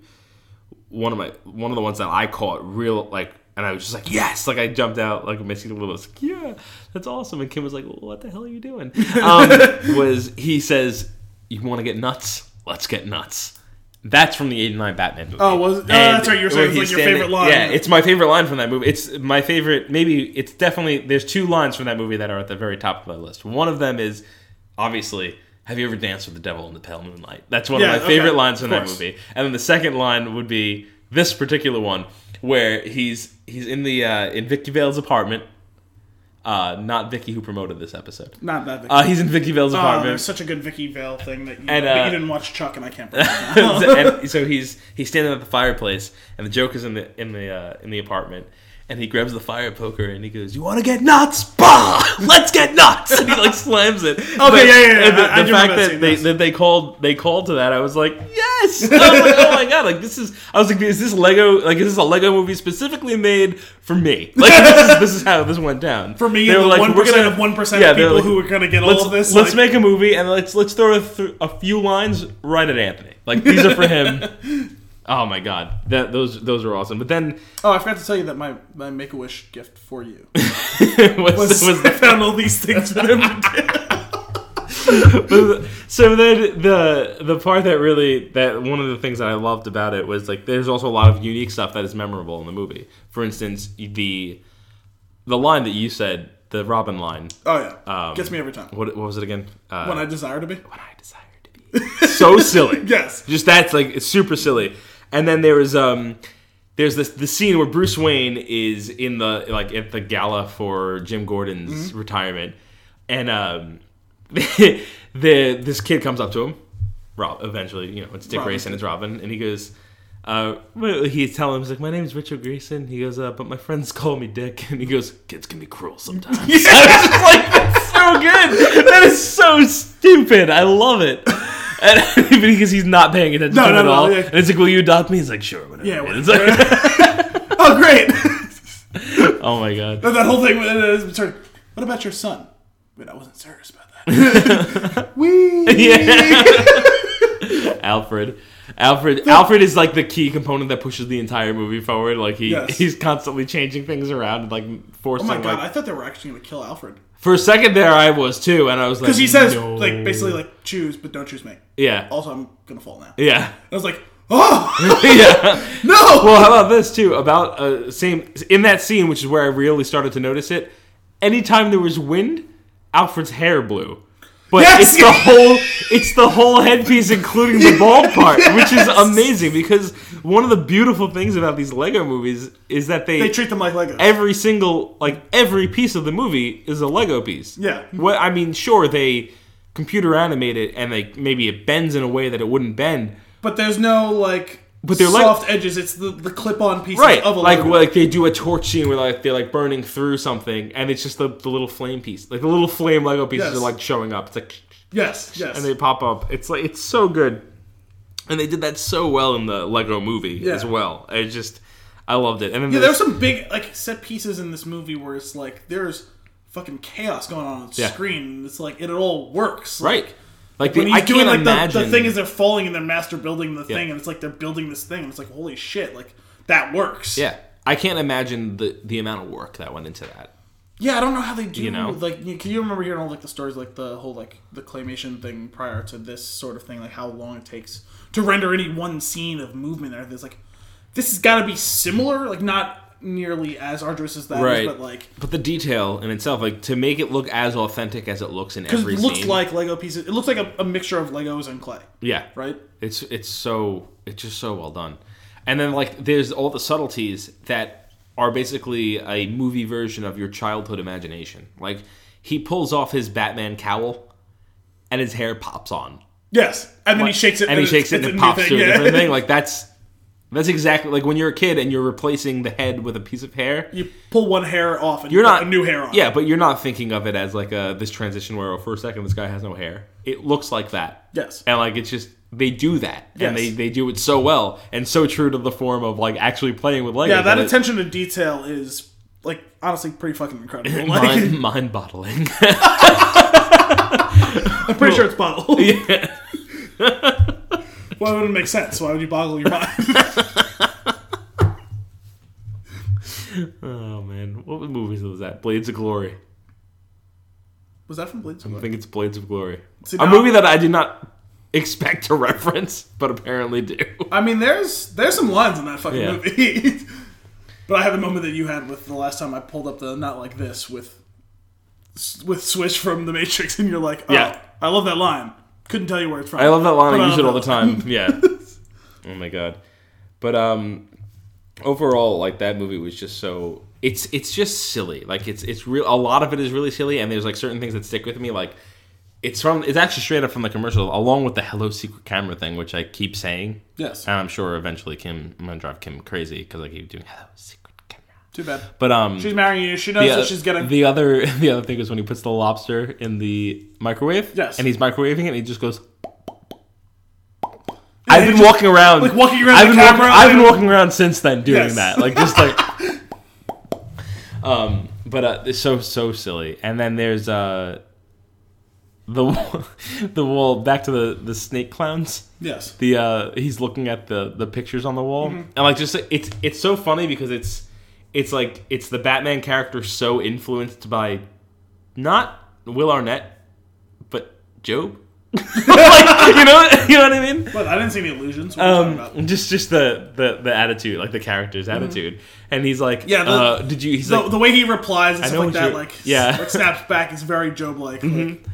Speaker 1: one of my one of the ones that I caught real like, and I was just like yes, like I jumped out like missing a little. I was like yeah, that's awesome. And Kim was like, well, what the hell are you doing? Um, was he says you want to get nuts? Let's get nuts. That's from the '89 Batman movie.
Speaker 2: Oh, was- oh, that's right, you were saying
Speaker 1: where
Speaker 2: it's like
Speaker 1: he's
Speaker 2: your favorite
Speaker 1: standing-
Speaker 2: line.
Speaker 1: Yeah, it's my favorite line from that movie. It's my favorite. Maybe it's definitely there's two lines from that movie that are at the very top of my list. One of them is obviously, "Have you ever danced with the devil in the pale moonlight?" That's one
Speaker 2: Yeah,
Speaker 1: of my
Speaker 2: okay,
Speaker 1: favorite lines from
Speaker 2: of
Speaker 1: that
Speaker 2: course.
Speaker 1: movie. And then the second line would be this particular one where he's he's in the uh, in Vicky Vale's apartment. Uh, not Vicky who promoted this episode.
Speaker 2: not that big.
Speaker 1: Uh, he's in Vicky Vale's
Speaker 2: oh,
Speaker 1: apartment.
Speaker 2: there's such a good Vicky Vale thing that you,
Speaker 1: And,
Speaker 2: but
Speaker 1: uh,
Speaker 2: you didn't watch Chuck, and I can't. believe that.
Speaker 1: and so he's he's standing at the fireplace, and the Joker's in the in the uh, in the apartment, and he grabs the fire poker and he goes, "You want to get nuts? Bah! Let's get nuts!" And he like slams it. Okay,
Speaker 2: yeah, yeah, yeah.
Speaker 1: And the
Speaker 2: I- I
Speaker 1: the
Speaker 2: do
Speaker 1: fact
Speaker 2: remember that
Speaker 1: that,
Speaker 2: scene,
Speaker 1: they
Speaker 2: yes.
Speaker 1: that they called they called to that, I was like, "Yes!" I was like, "Oh my god!" Like this is I was like, "Is this Lego? Like is this a Lego movie specifically made for me? Like this is this is how this went down
Speaker 2: For me,
Speaker 1: They were
Speaker 2: the
Speaker 1: like,
Speaker 2: one
Speaker 1: "We're gonna-
Speaker 2: of one percent
Speaker 1: yeah,
Speaker 2: of
Speaker 1: they were
Speaker 2: people
Speaker 1: like,
Speaker 2: who are going to get all
Speaker 1: let's,
Speaker 2: of this.
Speaker 1: let's
Speaker 2: like,
Speaker 1: make a movie and let's let's throw a, th- a few lines right at Anthony. Like these are for him. oh my god, that those those were awesome. But then
Speaker 2: Oh, I forgot to tell you that my, my Make a Wish gift for you
Speaker 1: was,
Speaker 2: was,
Speaker 1: was-
Speaker 2: I found all these things for them to do.
Speaker 1: so then the the part that really that one of the things that I loved about it was like there's also a lot of unique stuff that is memorable in the movie. For instance, the the line that you said, the Robin line.
Speaker 2: Oh yeah,
Speaker 1: Um,
Speaker 2: gets me every time.
Speaker 1: What, what was it again? Uh,
Speaker 2: When I desire to be.
Speaker 1: when I desire to be. so silly.
Speaker 2: Yes.
Speaker 1: Just that's like it's super silly. And then there was um there's this the scene where Bruce Wayne is in the like at the gala for Jim Gordon's
Speaker 2: Mm-hmm.
Speaker 1: retirement and um the this kid comes up to him. Rob eventually, you know, it's Dick
Speaker 2: Robin.
Speaker 1: Grayson, it's Robin, and he goes uh, well, he's telling him, he's like, my name's Richard Grayson. He goes, uh, but my friends call me Dick. And he goes, kids can be cruel sometimes. I was just like, that's so good. That is so stupid. I love it. And, because he's not paying attention
Speaker 2: No,
Speaker 1: to
Speaker 2: no,
Speaker 1: it at
Speaker 2: no,
Speaker 1: all.
Speaker 2: yeah.
Speaker 1: And it's like, will you adopt me? He's like, sure, whatever.
Speaker 2: Yeah,
Speaker 1: man."
Speaker 2: well,
Speaker 1: It's like,
Speaker 2: oh great!
Speaker 1: oh my God.
Speaker 2: that whole thing. uh, uh, sorry. What about your son? Wait, I wasn't serious about that. we.
Speaker 1: Yeah. Alfred. Alfred Alfred is like the key component that pushes the entire movie forward. Like he
Speaker 2: Yes.
Speaker 1: he's constantly changing things around and like
Speaker 2: Oh
Speaker 1: forcing
Speaker 2: my god!
Speaker 1: like
Speaker 2: I thought they were actually going to kill Alfred
Speaker 1: For a second there, I was too, and I was like,
Speaker 2: because he says
Speaker 1: "No."
Speaker 2: like basically like choose, but don't choose me.
Speaker 1: yeah,
Speaker 2: Also, I'm gonna fall now.
Speaker 1: yeah,
Speaker 2: I was like, oh
Speaker 1: yeah.
Speaker 2: no!
Speaker 1: Well, how about this too? About uh, same in that scene, which is where I really started to notice it. Anytime there was wind, Alfred's hair blew. But
Speaker 2: Yes!
Speaker 1: it's the whole it's the whole headpiece, including the bald part, which is amazing because one of the beautiful things about these Lego movies is that
Speaker 2: they treat them like Legos.
Speaker 1: every single like every piece of the movie is a Lego piece.
Speaker 2: Yeah.
Speaker 1: What I mean, sure they computer animate it and they maybe it bends in a way that it wouldn't bend.
Speaker 2: but there's no like. But
Speaker 1: they're like-
Speaker 2: soft edges. It's the, the clip-on pieces
Speaker 1: Right.
Speaker 2: of a
Speaker 1: Like
Speaker 2: Lego.
Speaker 1: like they do a torch scene where like they're like burning through something and it's just the, the little flame piece. Like the little flame Lego pieces
Speaker 2: Yes.
Speaker 1: are like showing up. It's like
Speaker 2: yes, yes.
Speaker 1: and they pop up. It's like it's so good. And they did that so well in the Lego movie
Speaker 2: Yeah.
Speaker 1: as well. I just I loved it. And then
Speaker 2: Yeah,
Speaker 1: there's-
Speaker 2: there's some big like set pieces in this movie where it's like there's fucking chaos going on on the
Speaker 1: Yeah.
Speaker 2: screen. and It's like it all works. Like,
Speaker 1: right. Like
Speaker 2: When
Speaker 1: the,
Speaker 2: he's
Speaker 1: I
Speaker 2: doing
Speaker 1: can't
Speaker 2: like the,
Speaker 1: imagine
Speaker 2: the thing is they're falling and they're master building the thing, and it's like they're building this thing, and it's like holy shit, like that works.
Speaker 1: Yeah, I can't imagine the the amount of work that went into that.
Speaker 2: yeah. I don't know how they do. You
Speaker 1: know?
Speaker 2: know, like you, can you remember hearing all like the stories, like the whole like the claymation thing prior to this sort of thing, like how long it takes to render any one scene of movement. There, there's like this has got to be similar, like not nearly as arduous as that, is,
Speaker 1: Right.
Speaker 2: but like.
Speaker 1: But the detail in itself, like to make it look as authentic as it looks in
Speaker 2: Because
Speaker 1: every
Speaker 2: it looks
Speaker 1: scene.
Speaker 2: like Lego pieces. It looks like a, a mixture of Legos and clay,
Speaker 1: yeah,
Speaker 2: right?
Speaker 1: It's it's so it's just so well done. And then like there's all the subtleties that are basically a movie version of your childhood imagination. Like he pulls off his Batman cowl, and his hair pops on.
Speaker 2: Yes. And then he shakes it.
Speaker 1: and he shakes it and it pops through
Speaker 2: Yeah.
Speaker 1: a different thing. Like that's That's exactly like when you're a kid and you're replacing the head with a piece of hair.
Speaker 2: You pull one hair off and
Speaker 1: You're
Speaker 2: you put
Speaker 1: not
Speaker 2: a new hair on.
Speaker 1: Yeah, but you're not thinking of it as like a this transition where oh, for a second this guy has no hair. It looks like that.
Speaker 2: Yes.
Speaker 1: And like it's just they do that
Speaker 2: Yes.
Speaker 1: and they, they do it so well and so true to the form of like actually playing with Legos.
Speaker 2: Yeah, that
Speaker 1: it-
Speaker 2: attention to detail is like honestly pretty fucking incredible. Like,
Speaker 1: mind, mind bottling.
Speaker 2: I'm pretty sure it's bottled.
Speaker 1: yeah.
Speaker 2: Why would it make sense? Why would you boggle your mind?
Speaker 1: Oh man, what movies was that? Blades of Glory.
Speaker 2: Was that from Blades?
Speaker 1: I
Speaker 2: of Glory?
Speaker 1: think it's Blades of Glory.
Speaker 2: See,
Speaker 1: a
Speaker 2: now-
Speaker 1: movie that I did not expect to reference, but apparently do.
Speaker 2: I mean, there's there's some lines in that fucking
Speaker 1: Yeah.
Speaker 2: movie. but I had the moment that you had with the last time I pulled up the not like this with with Swish from The Matrix, and you're like, oh,
Speaker 1: Yeah.
Speaker 2: I love that line. Couldn't tell you where it's from.
Speaker 1: I love that line.
Speaker 2: But
Speaker 1: I use it all
Speaker 2: love
Speaker 1: the
Speaker 2: that
Speaker 1: time. Yeah. oh my god. But um, overall, like that movie was just so. It's it's just silly. Like it's it's real. A lot of it is really silly, and there's like certain things that stick with me. Like it's from it's actually straight up from the commercial, along with the Hello Secret Camera thing, which I keep saying.
Speaker 2: Yes.
Speaker 1: And I'm sure eventually Kim, I'm gonna drive Kim crazy because I keep doing Hello Secret Camera.
Speaker 2: Too bad.
Speaker 1: But um,
Speaker 2: She's marrying you. She knows
Speaker 1: the,
Speaker 2: what she's getting.
Speaker 1: the other the other thing is when he puts the lobster in the microwave.
Speaker 2: Yes.
Speaker 1: And he's microwaving it and he just goes I've
Speaker 2: he
Speaker 1: been
Speaker 2: just-
Speaker 1: walking around
Speaker 2: like, walking around
Speaker 1: I've
Speaker 2: the
Speaker 1: been walking,
Speaker 2: camera
Speaker 1: I've been
Speaker 2: and-
Speaker 1: walking around since then doing
Speaker 2: Yes.
Speaker 1: that. Like just like Um but uh, it's so so silly. And then there's uh the wall- the wall back to the the snake clowns
Speaker 2: yes.
Speaker 1: the uh he's looking at the the pictures on the wall
Speaker 2: Mm-hmm.
Speaker 1: and like just it's it's so funny because it's it's like it's the batman character so influenced by not will arnett but job like, you know you know what i mean
Speaker 2: But I didn't see any illusions. What are you talking about?
Speaker 1: um just just the the the attitude like the character's attitude and he's like
Speaker 2: Mm-hmm. Yeah, the-
Speaker 1: uh, did you he's
Speaker 2: The,
Speaker 1: like
Speaker 2: the way he replies and stuff
Speaker 1: know
Speaker 2: like
Speaker 1: what
Speaker 2: that,
Speaker 1: you-
Speaker 2: like
Speaker 1: yeah. Mm-hmm.
Speaker 2: like snaps back, is very Job like. Like,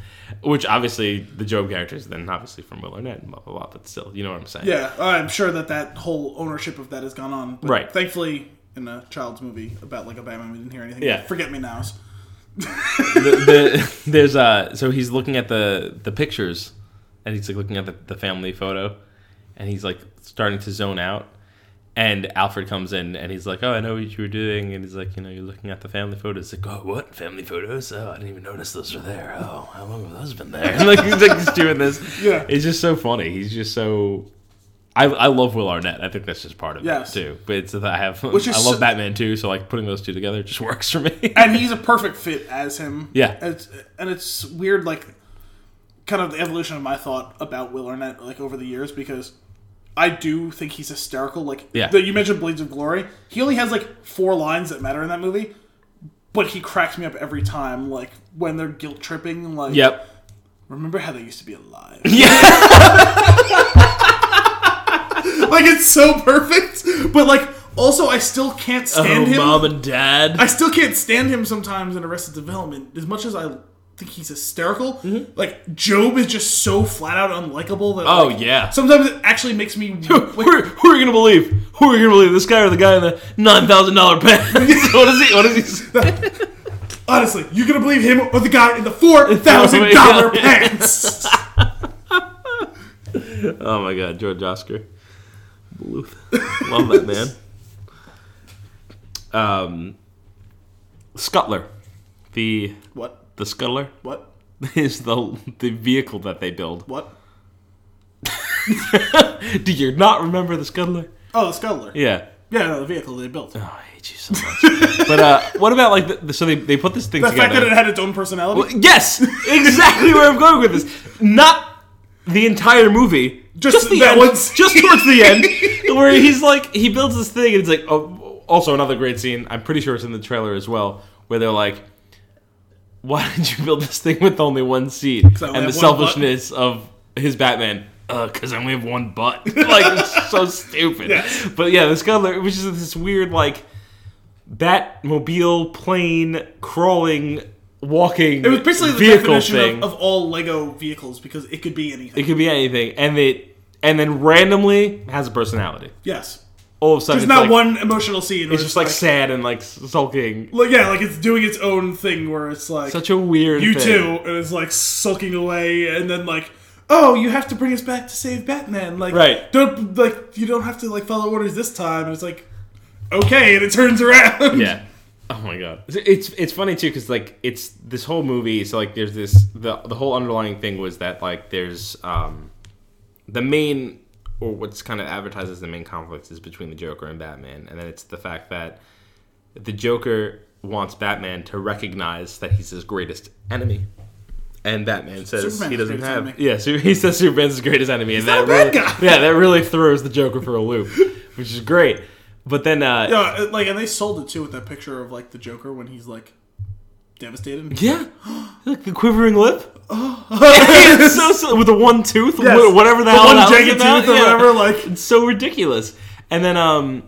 Speaker 1: which obviously the job character is then obviously from will arnett and blah blah blah but still you know what i'm saying
Speaker 2: yeah, I'm sure that that whole ownership of that has gone on. But
Speaker 1: Right.
Speaker 2: Thankfully, in a child's movie about like a Batman, we didn't hear anything.
Speaker 1: Yeah.
Speaker 2: Forget me nows.
Speaker 1: the, the, there's uh so he's looking at the the pictures and he's like looking at the, the family photo and he's like starting to zone out and alfred comes in and he's like oh i know what you were doing and he's like you know you're looking at the family photos like oh what family photos oh i didn't even notice those were there oh how long have those been there like he's like just doing this
Speaker 2: Yeah.
Speaker 1: it's just so funny he's just so I, I love Will Arnett. I think that's just part of
Speaker 2: Yes.
Speaker 1: it too. But it's that I have
Speaker 2: Which is
Speaker 1: I love
Speaker 2: so-
Speaker 1: Batman too. So like putting those two together just works for me.
Speaker 2: and he's a perfect fit as him.
Speaker 1: Yeah.
Speaker 2: and it's, and it's weird, like kind of the evolution of my thought about Will Arnett, like over the years, because I do think he's hysterical. Like,
Speaker 1: Yeah.
Speaker 2: the, you mentioned Blades of Glory. He only has like four lines that matter in that movie, but he cracks me up every time. Like when they're guilt tripping. Like,
Speaker 1: yep.
Speaker 2: Remember how they used to be alive?
Speaker 1: Yeah.
Speaker 2: like it's so perfect, but like also I still can't stand
Speaker 1: oh,
Speaker 2: him.
Speaker 1: mom and dad.
Speaker 2: I still can't stand him sometimes in Arrested Development. As much as I think he's hysterical, like Job is just so flat out unlikable that.
Speaker 1: Mm-hmm. oh
Speaker 2: like,
Speaker 1: yeah.
Speaker 2: Sometimes it actually makes me.
Speaker 1: who, are, who are you gonna believe? Who are you gonna believe? This guy or the guy in the nine thousand dollar pants? what is he? What is he? say?
Speaker 2: honestly, you gonna believe him or the guy in the four thousand
Speaker 1: Oh
Speaker 2: dollar
Speaker 1: my God.
Speaker 2: pants?
Speaker 1: Oh my god, George Oscar, Bluth, love that man. Um, Scuttler, the
Speaker 2: what?
Speaker 1: the Scuttler
Speaker 2: What?
Speaker 1: is the the vehicle that they build.
Speaker 2: What?
Speaker 1: Do you not remember the Scuttler?
Speaker 2: Oh, the scuttler. Yeah,
Speaker 1: Yeah.
Speaker 2: no, the vehicle they built.
Speaker 1: Oh, I hate you so much. but uh, what about like the, the- so they, they put this thing
Speaker 2: The
Speaker 1: together?
Speaker 2: fact that it had its own personality.
Speaker 1: Yes, exactly where I'm going with this. Not the entire movie,
Speaker 2: Just
Speaker 1: just, the
Speaker 2: that
Speaker 1: end,
Speaker 2: one
Speaker 1: just towards the end, where he's like, he builds this thing, and it's like, oh, also another great scene. I'm pretty sure it's in the trailer as well, where they're like, "Why did you build this thing with only one seat?" And
Speaker 2: I
Speaker 1: the
Speaker 2: only have one butt.
Speaker 1: selfishness of his Batman. Because I only have one butt. like, it's so stupid.
Speaker 2: Yes.
Speaker 1: But yeah, this guy, which is this weird, like, Batmobile plane crawling, walking.
Speaker 2: it was basically the
Speaker 1: vehicle
Speaker 2: definition
Speaker 1: thing.
Speaker 2: Of, of all Lego vehicles because it could be anything.
Speaker 1: it could be anything, and it and then randomly has a personality.
Speaker 2: yes,
Speaker 1: All of a sudden,
Speaker 2: there's
Speaker 1: it's
Speaker 2: not
Speaker 1: like,
Speaker 2: one emotional scene. where
Speaker 1: It's just like sad and like sulking.
Speaker 2: like yeah, like it's doing its own thing where it's like
Speaker 1: Such a weird.
Speaker 2: you
Speaker 1: thing.
Speaker 2: too and it's like sulking away and then like "Oh, you have to bring us back to save Batman." Like,
Speaker 1: Right.
Speaker 2: Don't like you don't have to like follow orders this time. And it's like, okay, and it turns around.
Speaker 1: Yeah. Oh my god. It's it's funny too because like it's this whole movie. So like there's this the the whole underlying thing was that like there's um the main or what's kind of advertised as the main conflict is between the Joker and Batman, and then it's the fact that the Joker wants Batman to recognize that he's his greatest enemy. And Batman says
Speaker 2: Superman's
Speaker 1: he doesn't
Speaker 2: greatest
Speaker 1: have.
Speaker 2: enemy.
Speaker 1: Yeah, so he says Superman's his greatest enemy, and that
Speaker 2: not a bad
Speaker 1: really,
Speaker 2: guy.
Speaker 1: yeah, that really throws the Joker for a loop, which is great. But then, uh,
Speaker 2: No, it- like, and they sold it too with that picture of like the Joker when he's like devastated.
Speaker 1: Yeah, like the quivering lip. it's so, so with the one tooth, wh- whatever the,
Speaker 2: The
Speaker 1: hell
Speaker 2: one
Speaker 1: that was
Speaker 2: jagged
Speaker 1: about,
Speaker 2: tooth or
Speaker 1: yeah.
Speaker 2: whatever, like-
Speaker 1: it's so ridiculous. And then um,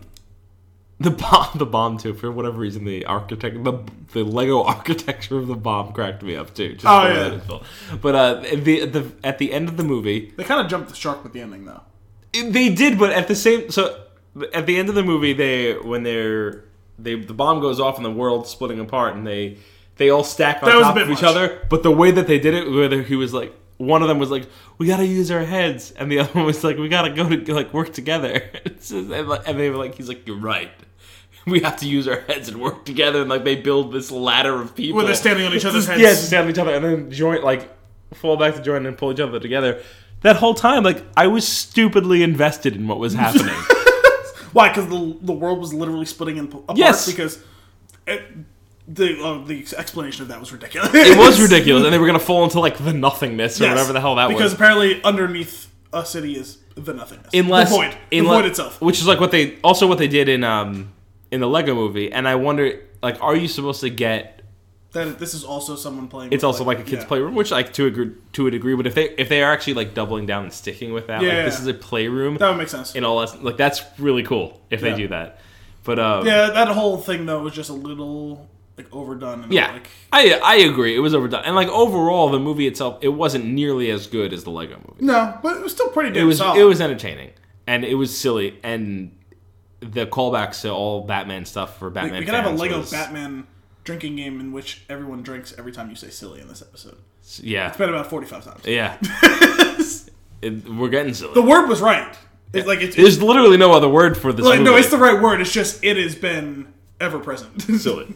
Speaker 1: the bomb, the bomb too. For whatever reason, the architect, the, the Lego architecture of the bomb cracked me up too. Just
Speaker 2: Oh,
Speaker 1: the way
Speaker 2: yeah.
Speaker 1: that it felt. But uh, the the at the end of the movie,
Speaker 2: They kind of jumped the shark with the ending though.
Speaker 1: it- they did, but at the same so at the end of the movie, they when they're they the bomb goes off and the world's splitting apart, and they they all stack on
Speaker 2: That was a
Speaker 1: top
Speaker 2: bit
Speaker 1: of each
Speaker 2: much.
Speaker 1: other. But the way that they did it, whether he was like one of them was like we gotta use our heads, and the other one was like we gotta go to like work together, It's just- and, like- and they were like he's like you're right. We have to use our heads and work together, and like they build this ladder of people.
Speaker 2: Where they're standing on each other's heads.
Speaker 1: Yeah, just stand on each other and then joint like fall back to join and pull each other together. That whole time, like I was stupidly invested in what was happening.
Speaker 2: Why? Because the the world was literally splitting in, apart.
Speaker 1: Yes.
Speaker 2: Because it, the uh, the explanation of that was ridiculous.
Speaker 1: it was ridiculous, and they were gonna fall into like the nothingness or
Speaker 2: Yes.
Speaker 1: whatever the hell that
Speaker 2: Because
Speaker 1: was.
Speaker 2: apparently underneath a city is the nothingness.
Speaker 1: Unless
Speaker 2: the void.
Speaker 1: unle-
Speaker 2: the void itself.
Speaker 1: which is like what they also what they did in um in the Lego movie, and I wonder like are you supposed to get
Speaker 2: That this is also someone playing.
Speaker 1: it's also like a kids' playroom, which like to a gr- to a degree, but if they if they are actually like doubling down and sticking with that,
Speaker 2: Yeah.
Speaker 1: like this is a playroom
Speaker 2: That would make sense.
Speaker 1: in all lessons, like that's really cool if
Speaker 2: Yeah.
Speaker 1: they do that. But um,
Speaker 2: yeah, that whole thing though was just a little like overdone. And
Speaker 1: Yeah,
Speaker 2: Like,
Speaker 1: I I agree. It was overdone, and like overall, the movie itself, it wasn't nearly as good as the Lego movie.
Speaker 2: no, but it was still pretty damn
Speaker 1: It was
Speaker 2: solid.
Speaker 1: it was entertaining, and it was silly, and the callbacks to all Batman stuff for Batman.
Speaker 2: we could have a
Speaker 1: fans
Speaker 2: Lego
Speaker 1: was-
Speaker 2: Batman drinking game in which everyone drinks every time you say silly in this episode.
Speaker 1: Yeah,
Speaker 2: It's been about forty five times.
Speaker 1: yeah. It- we're getting silly.
Speaker 2: The word was right. It's like it's,
Speaker 1: There's literally no other word for this.
Speaker 2: like
Speaker 1: movie.
Speaker 2: no, it's the right word. It's just it has been ever present.
Speaker 1: silly.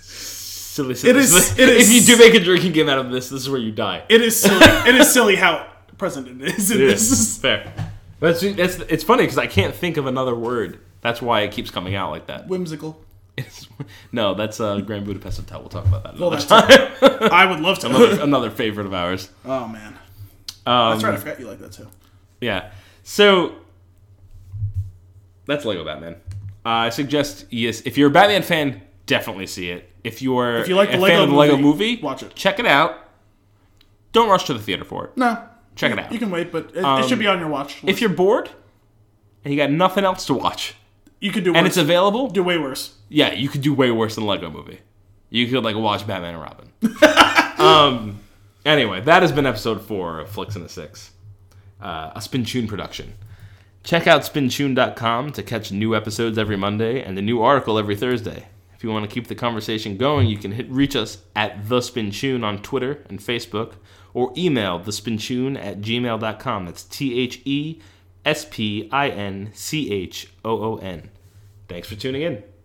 Speaker 1: silly, silly.
Speaker 2: It is-
Speaker 1: silly.
Speaker 2: it is-
Speaker 1: If you do make a drinking game out of this, this is where you die.
Speaker 2: it is silly. it is silly how present it is. in this.
Speaker 1: fair. That's, that's it's funny because I can't think of another word. That's why it keeps coming out like that.
Speaker 2: whimsical.
Speaker 1: It's- no, that's uh, Grand Budapest Hotel. We'll talk about that
Speaker 2: Well,
Speaker 1: another
Speaker 2: that's-
Speaker 1: time.
Speaker 2: I would love to.
Speaker 1: another, another favorite of ours.
Speaker 2: oh man,
Speaker 1: Um,
Speaker 2: that's right. I forgot you like that too.
Speaker 1: Yeah. So that's Lego Batman. Uh, I suggest yes. If you're a Batman fan, definitely see it. If you are
Speaker 2: If you like
Speaker 1: a
Speaker 2: the
Speaker 1: fan
Speaker 2: Lego
Speaker 1: of the Lego
Speaker 2: movie,
Speaker 1: movie,
Speaker 2: watch it.
Speaker 1: Check it out. Don't rush to the theater for it.
Speaker 2: No,
Speaker 1: Check it out. Um,
Speaker 2: you can wait, but it, it should be on your watch. List.
Speaker 1: If you're bored and you got nothing else to watch,
Speaker 2: you could do worse.
Speaker 1: and it's available,
Speaker 2: do way worse.
Speaker 1: yeah, you could do way worse than Lego Movie. You could like watch Batman and Robin. um. Anyway, that has been episode four of Flicks and a Six, uh, a Spin Tune production. Check out spintune.com to catch new episodes every Monday and a new article every Thursday. If you want to keep the conversation going, you can hit, reach us at The Spin Tune on Twitter and Facebook or email thespintune at gmail.com. That's T H E S P I N C H O O N. Thanks for tuning in.